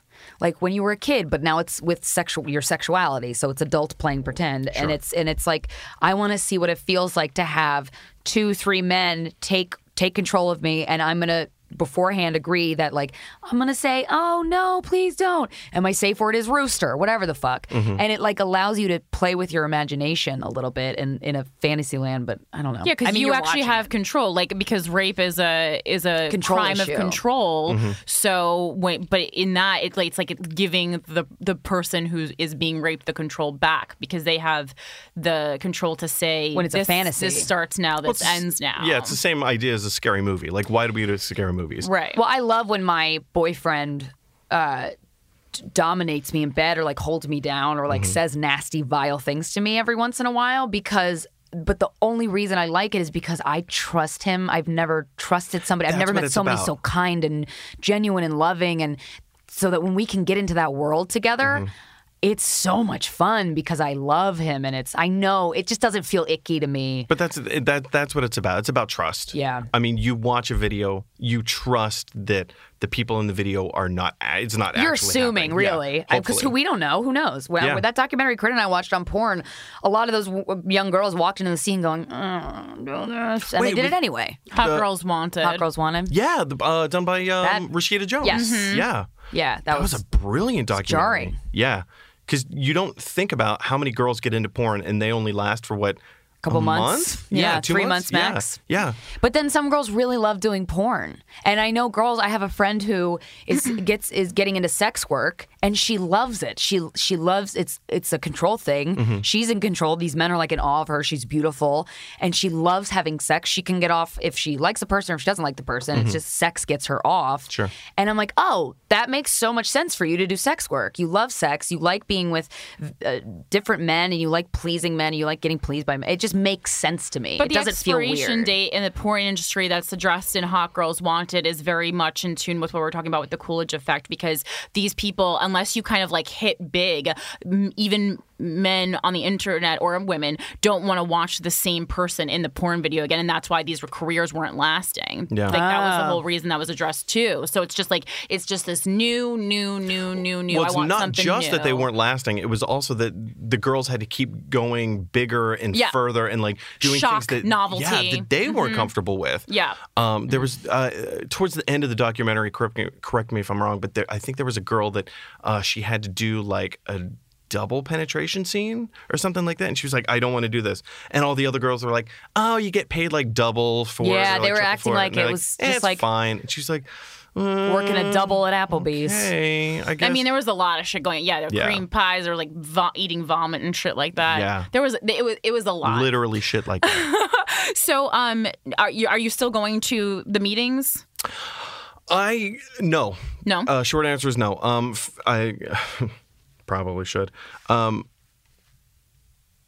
like when you were a kid but now it's with sexual your sexuality so it's adult playing pretend and it's and it's like i want to see what it feels like to have two three men take take control of me and i'm going to beforehand agree that like I'm gonna say, oh no, please don't, and my safe word is rooster, whatever the fuck, and it like allows you to play with your imagination a little bit in in a fantasy land, but I don't know. Yeah, because I mean, you you're actually watching have control, like because rape is a is a Control crime issue. Mm-hmm. of control. So when, but in that, it, like, it's like it giving the the person who is being raped the control back because they have the control to say When it's a this- fantasy. This starts now. This ends now. Yeah, it's the same idea as a scary movie. Like, why do we do scary movies? right. Well, I love when my boyfriend uh, d- dominates me in bed or like holds me down or Mm-hmm. like says nasty, vile things to me every once in a while because. But the only reason I like it is because I trust him. I've never trusted somebody. I've That's never what met it's somebody about. so kind and genuine and loving, and so that when we can get into that world together. Mm-hmm. It's so much fun because I love him and it's I know it just doesn't feel icky to me. But that's that that's what it's about. It's about trust. Yeah. I mean, you watch a video, you trust that the people in the video are not. It's not. You're actually assuming, happening. Yeah, really, because hopefully. who we don't know. Who knows? Well, Yeah. with that documentary Crit and I watched on porn, a lot of those w- young girls walked into the scene going, "Uh, do this," and they Wait, did we- it anyway. Hot girls wanted. Hot girls wanted. Yeah, the, uh, done by um, That- Rashida Jones. Yes. Mm-hmm. Yeah. Yeah, that, That was a brilliant documentary. jarring. Yeah, because you don't think about how many girls get into porn and they only last for what. A Couple a months? month? Yeah, two three months months, max. Yeah. yeah. But then some girls really love doing porn, and I know girls. I have a friend who is gets is getting into sex work, and she loves it. She she loves it's it's a control thing. Mm-hmm. She's in control. These men are like in awe of her. She's beautiful, and she loves having sex. She can get off if she likes the person or if she doesn't like the person. Mm-hmm. It's just sex gets her off. Sure. And I'm like, oh, that makes so much sense for you to do sex work. You love sex. You like being with uh, different men, and you like pleasing men. And you like getting pleased by men. It just makes sense to me. But it the doesn't feel expiration weird. date in the porn industry that's addressed in Hot Girls Wanted is very much in tune with what we're talking about with the Coolidge effect because these people, unless you kind of like hit big, m- even men on the internet or women don't want to watch the same person in the porn video again, and that's why these careers weren't lasting. Yeah. like that was the whole reason that was addressed too. So it's just like it's just this new, new, new, new, new. Well, I it's want not something just that they new. weren't lasting. It was also that the girls had to keep going bigger and Yeah. further and like doing Shock, things that novelty. yeah, that they weren't comfortable with. Yeah. Um, there was uh, towards the end of the documentary. Correct me, correct me if I'm wrong, but there, I think there was a girl that uh, she had to do like a double penetration scene or something like that, and she was like, "I don't want to do this," and all the other girls were like, "Oh, you get paid like double for." it," Yeah, or, they were triple acting for it. like And they're it was "Eh, just it's like- fine. And she's like, "Mm, working a double at Applebee's. "Hey, I guess." I mean, there was a lot of shit going. Yeah, there were Yeah. cream pies or like vo- eating vomit and shit like that. Yeah. there was it was it was a lot. literally shit like that. So, um, are you are you still going to the meetings? I no. No. Uh, short answer is no. Um, f- I probably should. Um,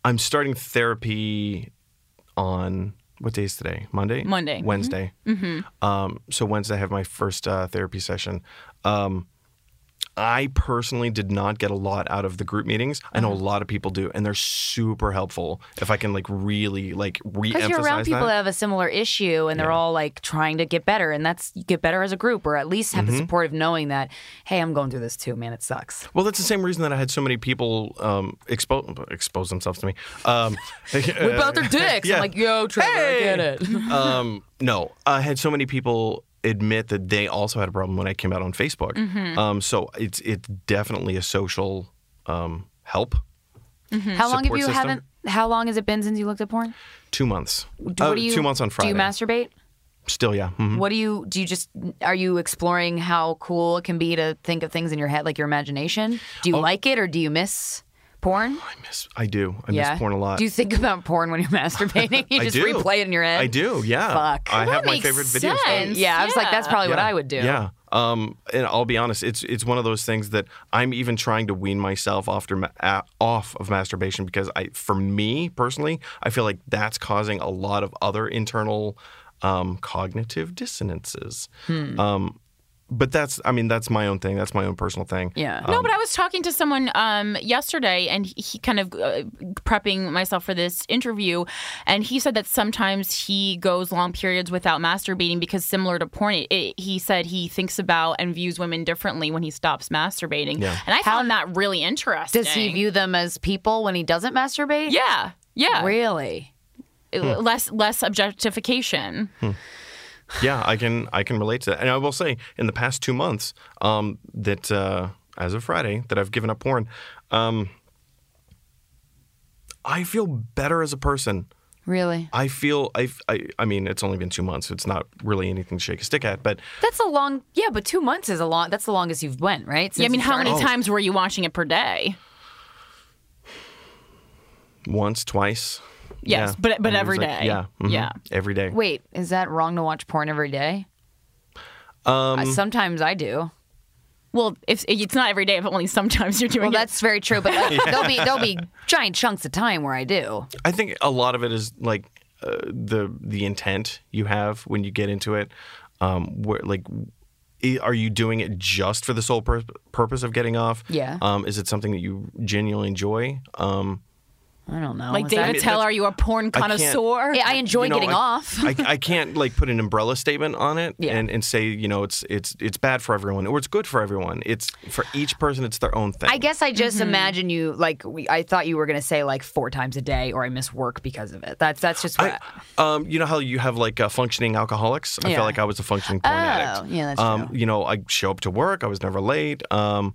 I'm starting therapy on what day is today? Monday. Monday. Mhm. Wednesday. Mm-hmm. Um, so Wednesday I have my first uh, therapy session. Um, I personally did not get a lot out of the group meetings. I Uh-huh. know a lot of people do, and they're super helpful. If I can like really like Because re-emphasize you're around people that. that have a similar issue and they're all like trying to get better. And that's you get better as a group or at least have Mm-hmm. the support of knowing that, hey, I'm going through this too, man. It sucks. Well, that's the same reason that I had so many people um, expo- expose themselves to me. Um, We both are dicks. yeah. I'm like, yo, Trevor, I get it. um, no, I had so many people admit that they also had a problem when I came out on Facebook. Mm-hmm. Um, so it's it's definitely a social um, help. How long have Support you system. haven't how long has it been since you looked at porn? Two months. Do, Uh, what do you, two months on Friday. Do you masturbate? Still, yeah. mhm. What do you do you just are you exploring how cool it can be to think of things in your head, like your imagination? Do you like it or do you miss porn? Oh. I miss. I do. I miss porn a lot. Do you think about porn when you're masturbating? You I just do. replay it in your head. I do. Yeah. Fuck. I Well, have that my makes favorite videos. Oh, sense. though. Yeah, I was like, that's probably what Yeah. I would do. Yeah. Um, and I'll be honest, it's it's one of those things that I'm even trying to wean myself after ma- a- off of masturbation because I, for me personally, I feel like that's causing a lot of other internal um, cognitive dissonances. Hmm. Um, but that's, I mean, that's my own thing. That's my own personal thing. Yeah. No, but I was talking to someone um, yesterday, and he, he kind of uh, prepping myself for this interview, and he said that sometimes he goes long periods without masturbating because, similar to porn, it, it- he said he thinks about and views women differently when he stops masturbating, Yeah. and I found that really interesting. Does he view them as people when he doesn't masturbate? Yeah, yeah, Really? Hmm. uh, less less objectification. yeah, I can I can relate to that. And I will say, in the past two months, um, that uh, as of Friday, that I've given up porn, um, I feel better as a person. Really? I feel I, I I mean, it's only been two months. So it's not really anything to shake a stick at, but That's a long. Yeah, but two months is a long. That's the longest you've went, right? Yeah, I Since mean, you how many Oh. started? times were you watching it per day? once, twice. Yes, yeah. but- but And it every was day. yeah, mhm, Yeah. every day. Wait, is that wrong to watch porn every day? Um, sometimes I do. Well, if it's not every day, but only sometimes you're doing Well, it. that's very true, but like, there'll be there'll be giant chunks of time where I do. I think a lot of it is like uh, the the intent you have when you get into it. Um, where like, i- are you doing it just for the sole pur- purpose of getting off? Yeah. Um, is it something that you genuinely enjoy? Um, I don't know. like Is David that- Tell, that's- are you a porn can't- connoisseur? Yeah, I enjoy you know, getting I- off. I, I can't like put an umbrella statement on it Yeah. and, and say you know it's it's it's bad for everyone or it's good for everyone. It's for each person. It's their own thing. I guess I just imagine you like we, I thought you were gonna say like four times a day, or I miss work because of it. That's that's just what. I, um, you know how you have like uh, functioning alcoholics. I Yeah. feel like I was a functioning porn Oh, addict. yeah, that's um, true. You know, I show up to work. I was never late. Um,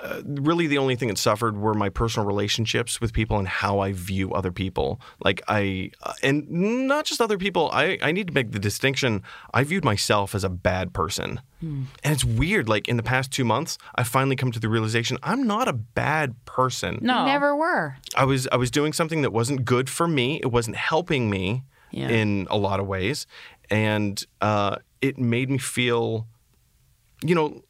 uh, really, the only thing that suffered were my personal relationships with people and how I view other people. Like I, uh, and not just other people. I I need to make the distinction. I viewed myself as a bad person, Hmm. and it's weird. Like in the past two months, I finally come to the realization I'm not a bad person. no. You never were. I was I was doing something that wasn't good for me. It wasn't helping me Yeah. in a lot of ways, and uh, it made me feel, you know,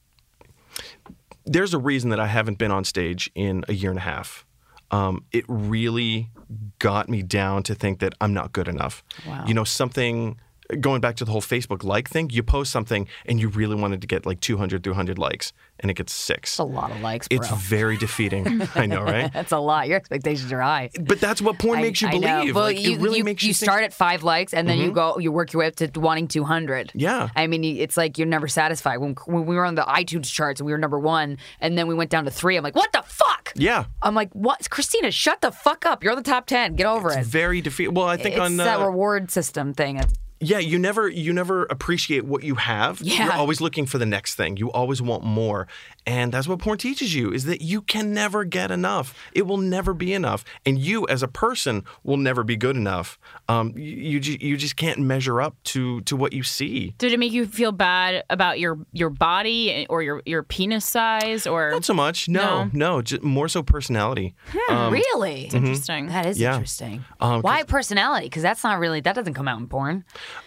there's a reason that I haven't been on stage in a year and a half. Um, it really got me down to think that I'm not good enough. Wow. You know, something going back to the whole Facebook like thing, you post something and you really wanted to get like 200, 300 likes, and it gets six. It's a lot of likes, bro. It's very defeating. I know, right? that's a lot. Your expectations are high. But that's what porn makes you I believe. know. Well, like, you, it really you, makes you, you think- Mm-hmm. start at five likes and then you go, you work your way up to wanting 200. Yeah. I mean, you- it's like you're never satisfied. When, when we were on the iTunes charts and we were number one and then we went down to three, I'm like, what the fuck? Yeah. I'm like, what? Christina, shut the fuck up. You're on the top 10. Get over it. Very defeat. Well, I think it's on that uh, reward system thing. yeah, you never you never appreciate what you have. Yeah. You're always looking for the next thing. You always want more, and that's what porn teaches you: is that you can never get enough. It will never be enough, and you as a person will never be good enough. Um, you you, ju- you just can't measure up to to what you see. Did it make you feel bad about your your body or your your penis size or Not so much. No, No. no, just more so personality. Hmm. Um, really? interesting? That is mm-hmm. Yeah. Oh, interesting. Why personality? Because that's not really, that doesn't come out in porn.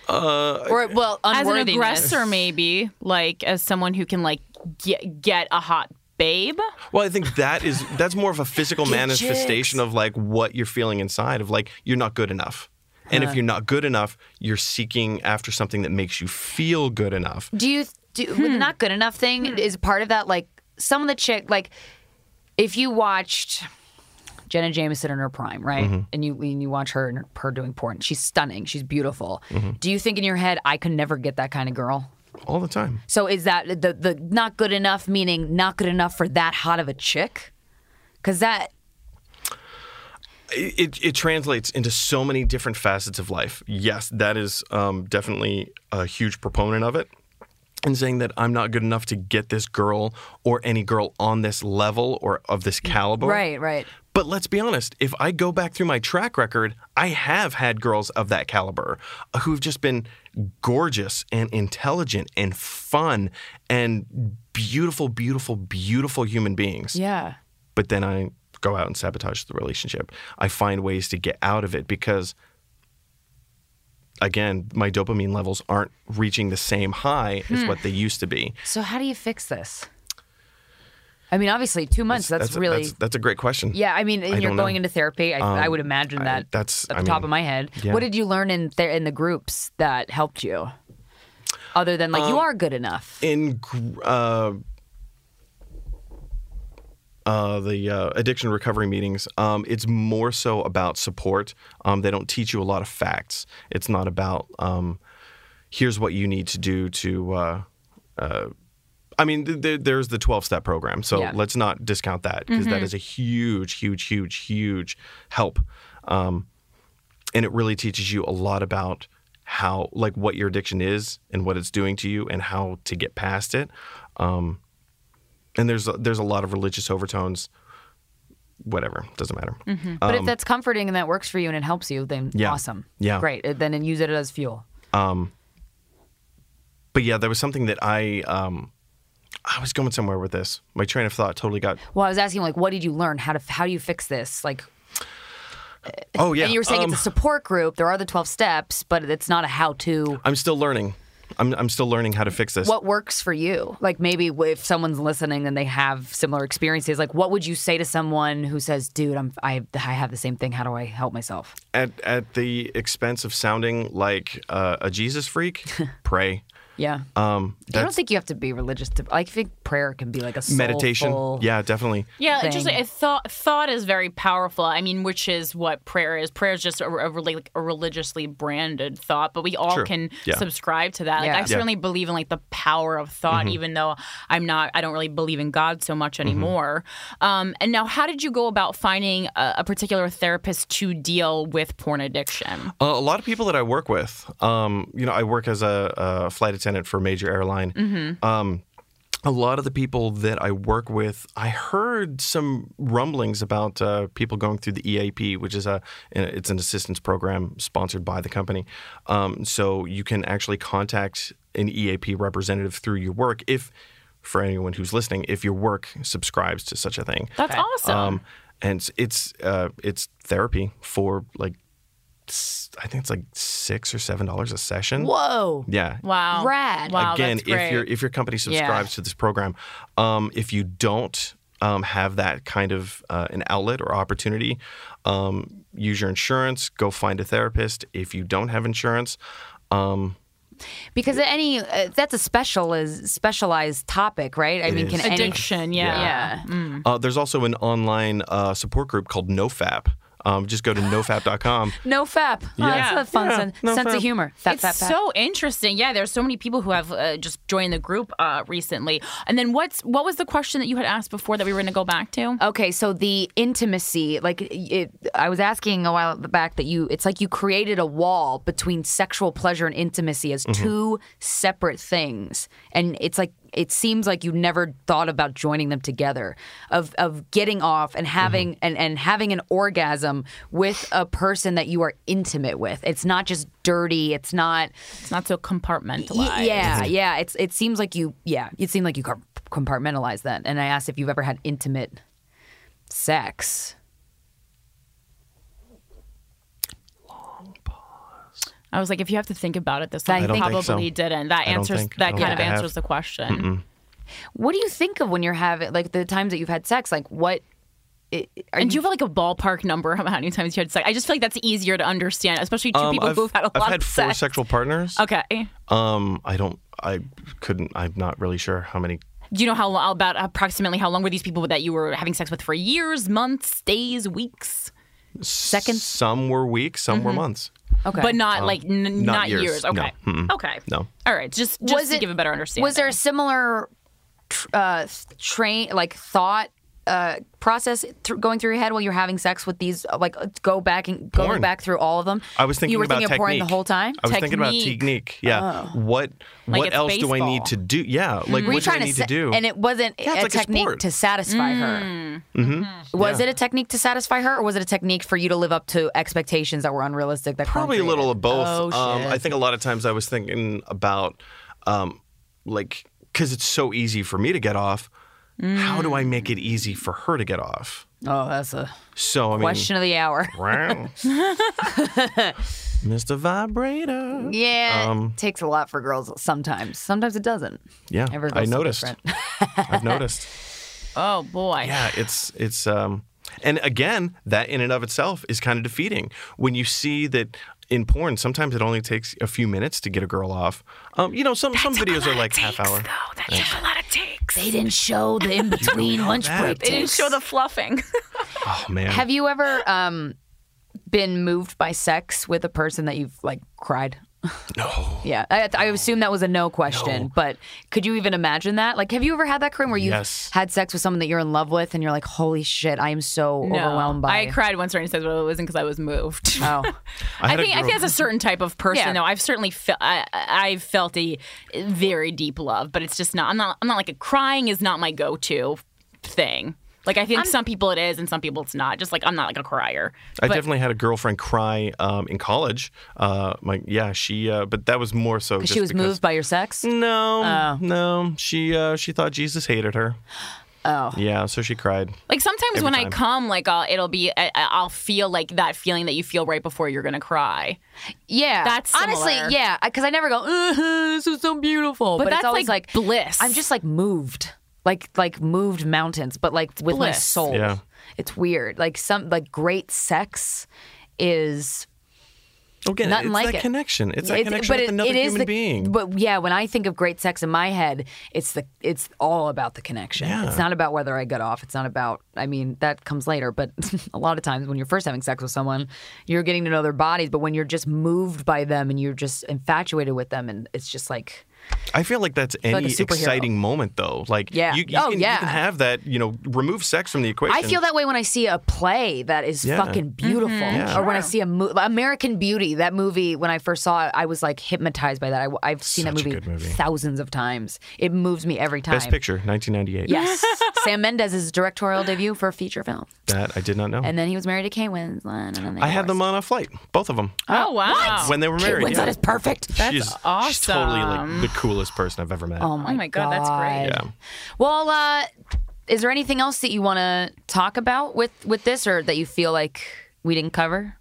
Uh, or, well, as an unworthiness. aggressor, maybe like as someone who can like get, get a hot babe. Well, I think that is that's more of a physical manifestation of like what you're feeling inside of like you're not good enough. And if you're not good enough, you're seeking after something that makes you feel good enough. Do you do with the not good enough thing is part of that like some of the chick like if you watched Jenna Jameson in her prime, right? And you and you watch her and her doing porn. She's stunning. She's beautiful. Do you think in your head I could never get that kind of girl? All the time. So is that the the not good enough meaning not good enough for that hot of a chick? Cuz that It, it, it translates into so many different facets of life. Yes, that is um, definitely a huge proponent of it. And saying that I'm not good enough to get this girl or any girl on this level or of this caliber. right, right. But let's be honest, if I go back through my track record, I have had girls of that caliber who've just been gorgeous and intelligent and fun and beautiful, beautiful, beautiful human beings. Yeah. But then I go out and sabotage the relationship. I find ways to get out of it because, again, my dopamine levels aren't reaching the same high as Hmm. what they used to be. So how do you fix this? I mean, obviously, two months. That's, really that's, that's a great question. Yeah, I mean, and you're don't know. going into therapy. I, I would imagine that. that's- at the I top mean, of my head. yeah. What did you learn in ther in the groups that helped you? Other than like Um, you are good enough. in gr- uh, uh, the uh, addiction recovery meetings, um, it's more so about support. Um, they don't teach you a lot of facts. It's not about um, here's what you need to do to. Uh, uh, I mean, th- there, there's the 12 step program, so Yeah. let's not discount that because is a huge, huge, huge, huge help. Um, and it really teaches you a lot about how like what your addiction is and what it's doing to you and how to get past it. Um, and there's there's a lot of religious overtones. Whatever doesn't matter. But um, if that's comforting and that works for you and it helps you, then Yeah. awesome. Yeah. Great. Uh, Then use it as fuel. But yeah, there was something that I um, I was going somewhere with this. My train of thought totally got. Well, I was asking like, what did you learn? How to how do you fix this? Like, Oh yeah, and you were saying um, it's a support group. There are the twelve steps, but it's not a how to. I'm still learning. I'm I'm still learning how to fix this. What works for you? Like maybe if someone's listening and they have similar experiences, like what would you say to someone who says, "Dude, I'm I I have the same thing. How do I help myself?" at at the expense of sounding like uh, a Jesus freak, pray. Yeah. Um, I don't that's think you have to be religious to. I think prayer can be like a meditation. soulful- Yeah, definitely. Yeah, it just thing. a thought. Thought is very powerful. I mean, which is what prayer is. Prayer is just a, a, really, like, a religiously branded thought, but we all True. can Yeah. subscribe to that. Like, Yeah. I certainly believe in like the power of thought, even though I'm not. I don't really believe in God so much anymore. Um, and now, how did you go about finding a, a particular therapist to deal with porn addiction? Uh, a lot of people that I work with, um, you know, I work as a, a flight attendant for a major airline. Um, a lot of the people that I work with, I heard some rumblings about uh, people going through the EAP, which is a it's an assistance program sponsored by the company. Um, so you can actually contact an EAP representative through your work if, for anyone who's listening, if your work subscribes to such a thing. That's awesome. Um, and it's it's, uh, it's therapy for like s- I think it's like six or seven dollars a session. Whoa. Yeah. wow. Rad. Wow. Again, that's if great. your if your company subscribes to this program, um, if you don't um, have that kind of uh, an outlet or opportunity, um, use your insurance. Go find a therapist. If you don't have insurance, um, because any uh, that's a special is specialized topic, right? I mean, is. can any- addiction, yeah. yeah. Mm. uh, there's also an online uh, support group called NoFap. Um, just go to nofap.com. No fap. Oh, that's a fun sen- no sense fap. of humor. Fap, it's fap, fap. so interesting. Yeah, there's so many people who have uh, just joined the group uh, recently. And then what's what was the question that you had asked before that we were going to go back Uh, to? Okay, so the intimacy, like it, I was asking a while back, that you, it's like you created a wall between sexual pleasure and intimacy as two separate things, and it's like it seems like you never thought about joining them together, of of getting off and having and and having an orgasm with a person that you are intimate with. It's not just dirty. It's not. It's not so compartmentalized. Y- yeah, yeah. It's it seems like you yeah, it seemed like you com- compartmentalized that. And I asked if you've ever had intimate sex. I was like, if you have to think about it, this one I don't probably think so. didn't. That I don't answers think- that I don't kind of think I have. answers the question. What do you think of when you're having like the times that you've had sex? Like what it, are And do you you have like a ballpark number of how many times you had sex? I just feel like that's easier to understand, especially 2 Um, people I've, who've had a I've lot had of four sex. sexual partners. Okay. Um, I don't. I couldn't. I'm not really sure how many. Do you know how long, about approximately how long were these people that you were having sex with for years, months, days, weeks? Seconds. Some were weeks. Some Mm-hmm. were months. okay. But not like n- not, Um, years. years. No. Mm-hmm. Okay. Okay. No. All right. Just just to give a better understanding. Was there a similar tr- uh th- train like thought uh, process th- going through your head while you're having sex with these uh, like uh, go back and go Porn. back through all of them. I was thinking you were about thinking of porn technique the whole time. Oh. I was thinking about Technique. technique. Yeah. What What it's else do I need baseball. to do? Yeah. Like Mm-hmm. Were you what do I trying need sa- to do? And it wasn't it's a like a technique sport. Mm-hmm. to satisfy her. Mm-hmm. Was it a technique to satisfy her, or was it a technique for you to live up to expectations that were unrealistic? That Colin Probably a little created? of both. Oh, um, shit. I think a lot of times I was thinking about, um, like, because it's so easy for me to get off. How do I Mm. make it easy for her to get off? Oh, that's a So I mean, question of the hour. wow, Mr. Vibrator. Yeah, Um, it takes a lot for girls. Sometimes, sometimes it doesn't. Yeah, Every I girl's so noticed. different. I've noticed. Oh boy. Yeah, it's it's um and again, that in and of itself is kind of defeating. When you see that in porn, sometimes it only takes a few minutes to get a girl off. Um, you know, some some videos are like half hour. a lot of takes. They didn't show the in between lunch that. break. They didn't show the fluffing. Oh man. Have you ever um, been moved by sex with a person that you've like cried No. Yeah, I, I assume that was a no question, but could you even imagine that? Like, have you ever had that, Corinne, where you've Yes. had sex with someone that you're in love with and you're like, holy shit, I am so overwhelmed by I cried once during says, well, it wasn't because I was moved. Oh. I, had a think I girl- think that's a certain type of person, Yeah. though. I've certainly felt I, I- I've felt a very deep love, but it's just not. I'm not. I'm not like a crying is not my go-to thing. Like I think some people it is, and some people it's not. Just like I'm not like a crier. I definitely had a girlfriend cry um, in college. Uh, my yeah, she. Uh, but that was more so. Just She was because, moved Oh. by your sex? Mm, No, no. She uh, she thought Jesus hated her. Oh. Yeah, so she cried. Like sometimes when I time. come, like I'll, it'll be I, I'll feel like that feeling that you feel right before you're gonna cry. Yeah. That's honestly, similar. yeah, because I never go, uh this is so beautiful. But, that's it's always like like, bliss. I'm just like moved. Like like moved mountains, but like with my bliss. soul. Yeah. It's weird. Like some like great sex is Again, Nothing it's like that it. connection. It's that It's- connection with it- another it is human the- being. But yeah, when I think of great sex in my head, it's the it's all about the connection. Yeah. It's not about whether I got off. It's not about. I mean, that comes later. But a lot of times when you're first having sex with someone, you're getting to know their bodies. But when you're just moved by them and you're just infatuated with them, and it's just like I feel like that's like any a superhero. exciting moment, though. Like, Yeah. you, you Oh, can, yeah. you can have that. You know, remove sex from the equation. I feel that way when I see a play that is Yeah. Mm-hmm. fucking beautiful, or when I see a mo- American Beauty. That movie, when I first saw it, I was like hypnotized by that. I, have seen Such that a movie, good movie. thousands of times. It moves me every time. Best Picture, 1998. Yes. Sam Mendes's directorial debut for a feature film. That I did not know. And then he was married to Kate Winslet. And then they I had them divorced. on a flight, both of them, Oh wow! when they were Kate married. Winslet yeah. is perfect. she's, she's totally like the coolest person I've ever met. Oh my, Oh my God, that's great. Yeah. Well, uh, is there anything else that you want to talk about with, with this or that you feel like we didn't cover?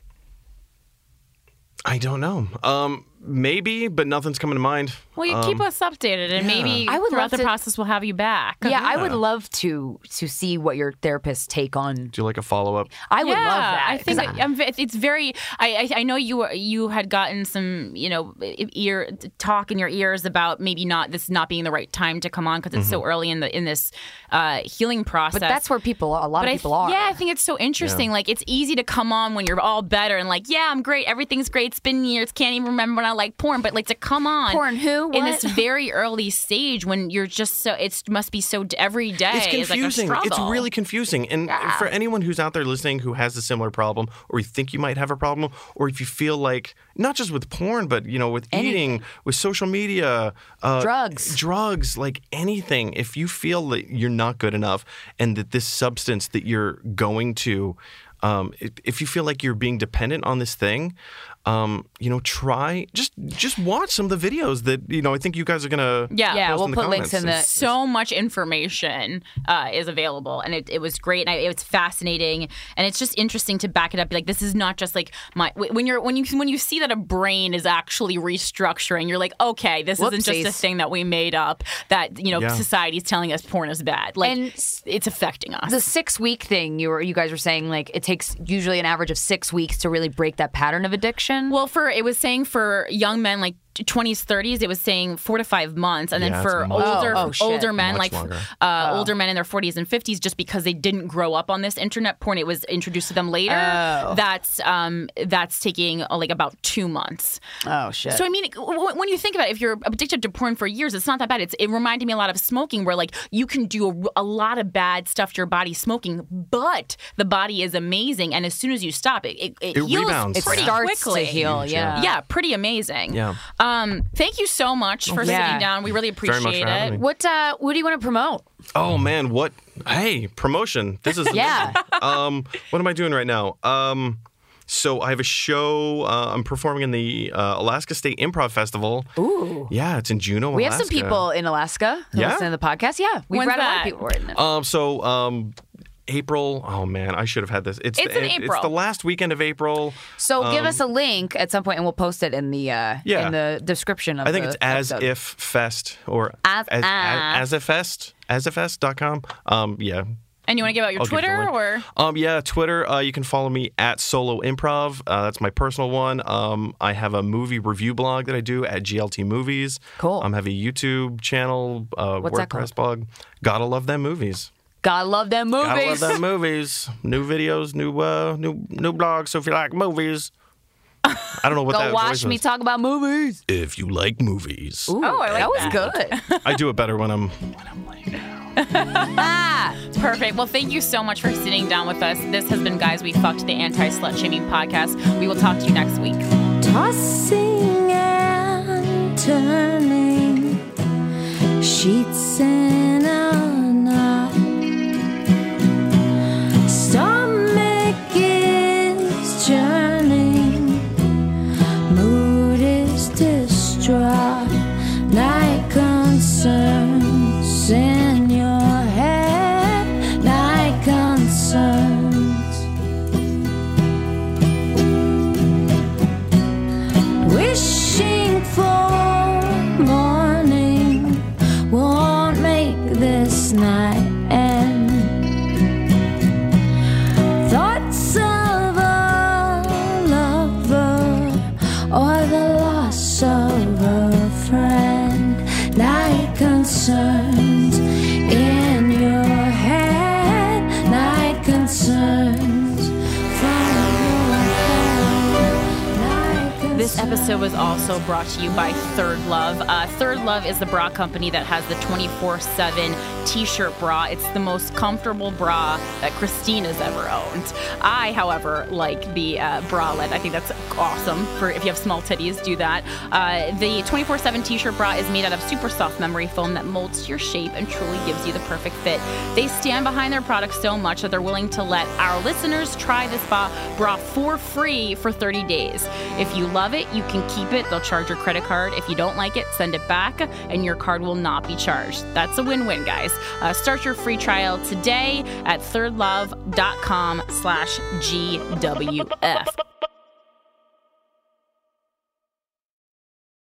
I don't know. Um, maybe, but nothing's coming to mind. Well, you keep Um, us updated, and maybe I would throughout love the to- process we'll have you back. Yeah, I would love to to see what your therapist take on. Do you like a follow up? I would yeah, love that. I think 'cause that- I'm ve- it's very. I, I I know you were- you had gotten some you know e- ear talk in your ears about maybe not this not being the right time to come on because it's so Mm-hmm. early in the in this uh, healing process. but that's where people, a lot But of I people th- are. Yeah, I think it's so interesting. Like it's easy to come on when you're all better and like, yeah, I'm great, everything's great. It's been years, can't even remember when I like porn, but like to come on Porn who? in What? this very early stage when you're just so it must be so d- every day. It's is, like, a confusing. it's struggle. really confusing. And for anyone who's out there listening who has a similar problem, or you think you might have a problem, or if you feel like not just with porn, but you know, with eating, with social media, uh, Drugs. drugs, like anything. If you feel that you're not good enough, and that this substance that you're going to, um, if, if you feel like you're being dependent on this thing. Um, you know, try just just watch some of the videos that you know. I think you guys are gonna Yeah. Yeah, post we'll in the put links comments in and the- so much information uh, is available and it, it was great and I, it was fascinating and it's just interesting to back it up be like this is not just like my wh- when you're when you when you see that a brain is actually restructuring you're like okay this isn't Whoopsies. just a thing that we made up that you know Yeah. society's telling us porn is bad like And- s- it's affecting us the six week thing you were you guys were saying like it takes usually an average of six weeks to really break that pattern of addiction. Well, for it was saying for young men like 20s, 30s, it was saying four to five months, and Yeah, then it's for much older longer. Oh, oh, shit. older men Much like longer. uh, Oh. older men in their 40s and 50s, just because they didn't grow up on this internet porn, it was introduced to them later. Oh. That's um that's taking uh, like about two months. oh shit. So I mean, w- when you think about it, if you're addicted to porn for years, it's not that bad. It's it reminded me a lot of smoking, where like you can do a, a lot of bad stuff to your body smoking, but the body is amazing, and as soon as you stop, it it, it, It heals rebounds. it pretty starts quickly. to heal. Huge, yeah. Yeah, pretty amazing. Yeah. Um, thank you so much for yeah. sitting down. We really appreciate much for having it. me. What uh, what do you want to promote? Oh man, what? Hey, promotion. This is Yeah. amazing. Um, what am I doing right now? Um, so I have a show. Uh, I'm performing in the uh, Alaska State Improv Festival. Ooh. Yeah, it's in Juneau. We have some people in Alaska who Yeah? listen to the podcast. Yeah, we've When's read a lot of that? people who are in it. Um, so um, April. Oh man, I should have had this. It's It's the, in It's April. the last weekend of April. So give us a link at some point, and we'll post it in the uh, Um, Yeah. in the description of. I think the it's as episode. if fest or As- as, ah. as, as if fest asifest.com. Um, yeah, And you want to give out your I'll give you the Twitter link. or Um, yeah, Twitter. Uh, you can follow me at Solo Improv. Uh, that's my personal one. Um, I have a movie review blog that I do at GLT Movies. Cool. Um, I have a YouTube channel, uh, What's that WordPress blog. Gotta love them movies. God love them movies. Gotta love them movies. New videos, new uh, new new blogs. So if you like movies, I don't know what Go that watch voice me was. talk about movies. if you like movies, Ooh, Oh, I like that was that. good. I do it better when I'm when I'm laying down. Perfect. Well, thank you so much for sitting down with us. This has been Guys We Fucked, the anti slut shaming podcast. We will talk to you next week. tossing and turning sheets in a knot. Stomach is churning, mood is distraught. Night concerns in your head. Night concerns. Wishing for morning won't make this night end. Thoughts of a lover or the loss of a friend, night concerns in your head, night concerns from your head, night concerns. This episode was also brought to you by Third Love. Uh, Third Love is the bra company that has the 24 7 t shirt bra. It's the most comfortable bra that Christina's ever owned. I, however, like the uh, bralette. I think that's awesome for if you have small titties, do that. Uh, the 24 7 t shirt bra is made out of super soft memory foam that molds to your shape and truly gives you the perfect fit. They stand behind their product so much that they're willing to let our listeners try this bra, bra for free for 30 days. If you love it, you can keep it. They'll charge your credit card. If you don't like it, send it back and your card will not be charged. That's a win-win, guys. Uh, start your free trial today at thirdlove.com slash GWF.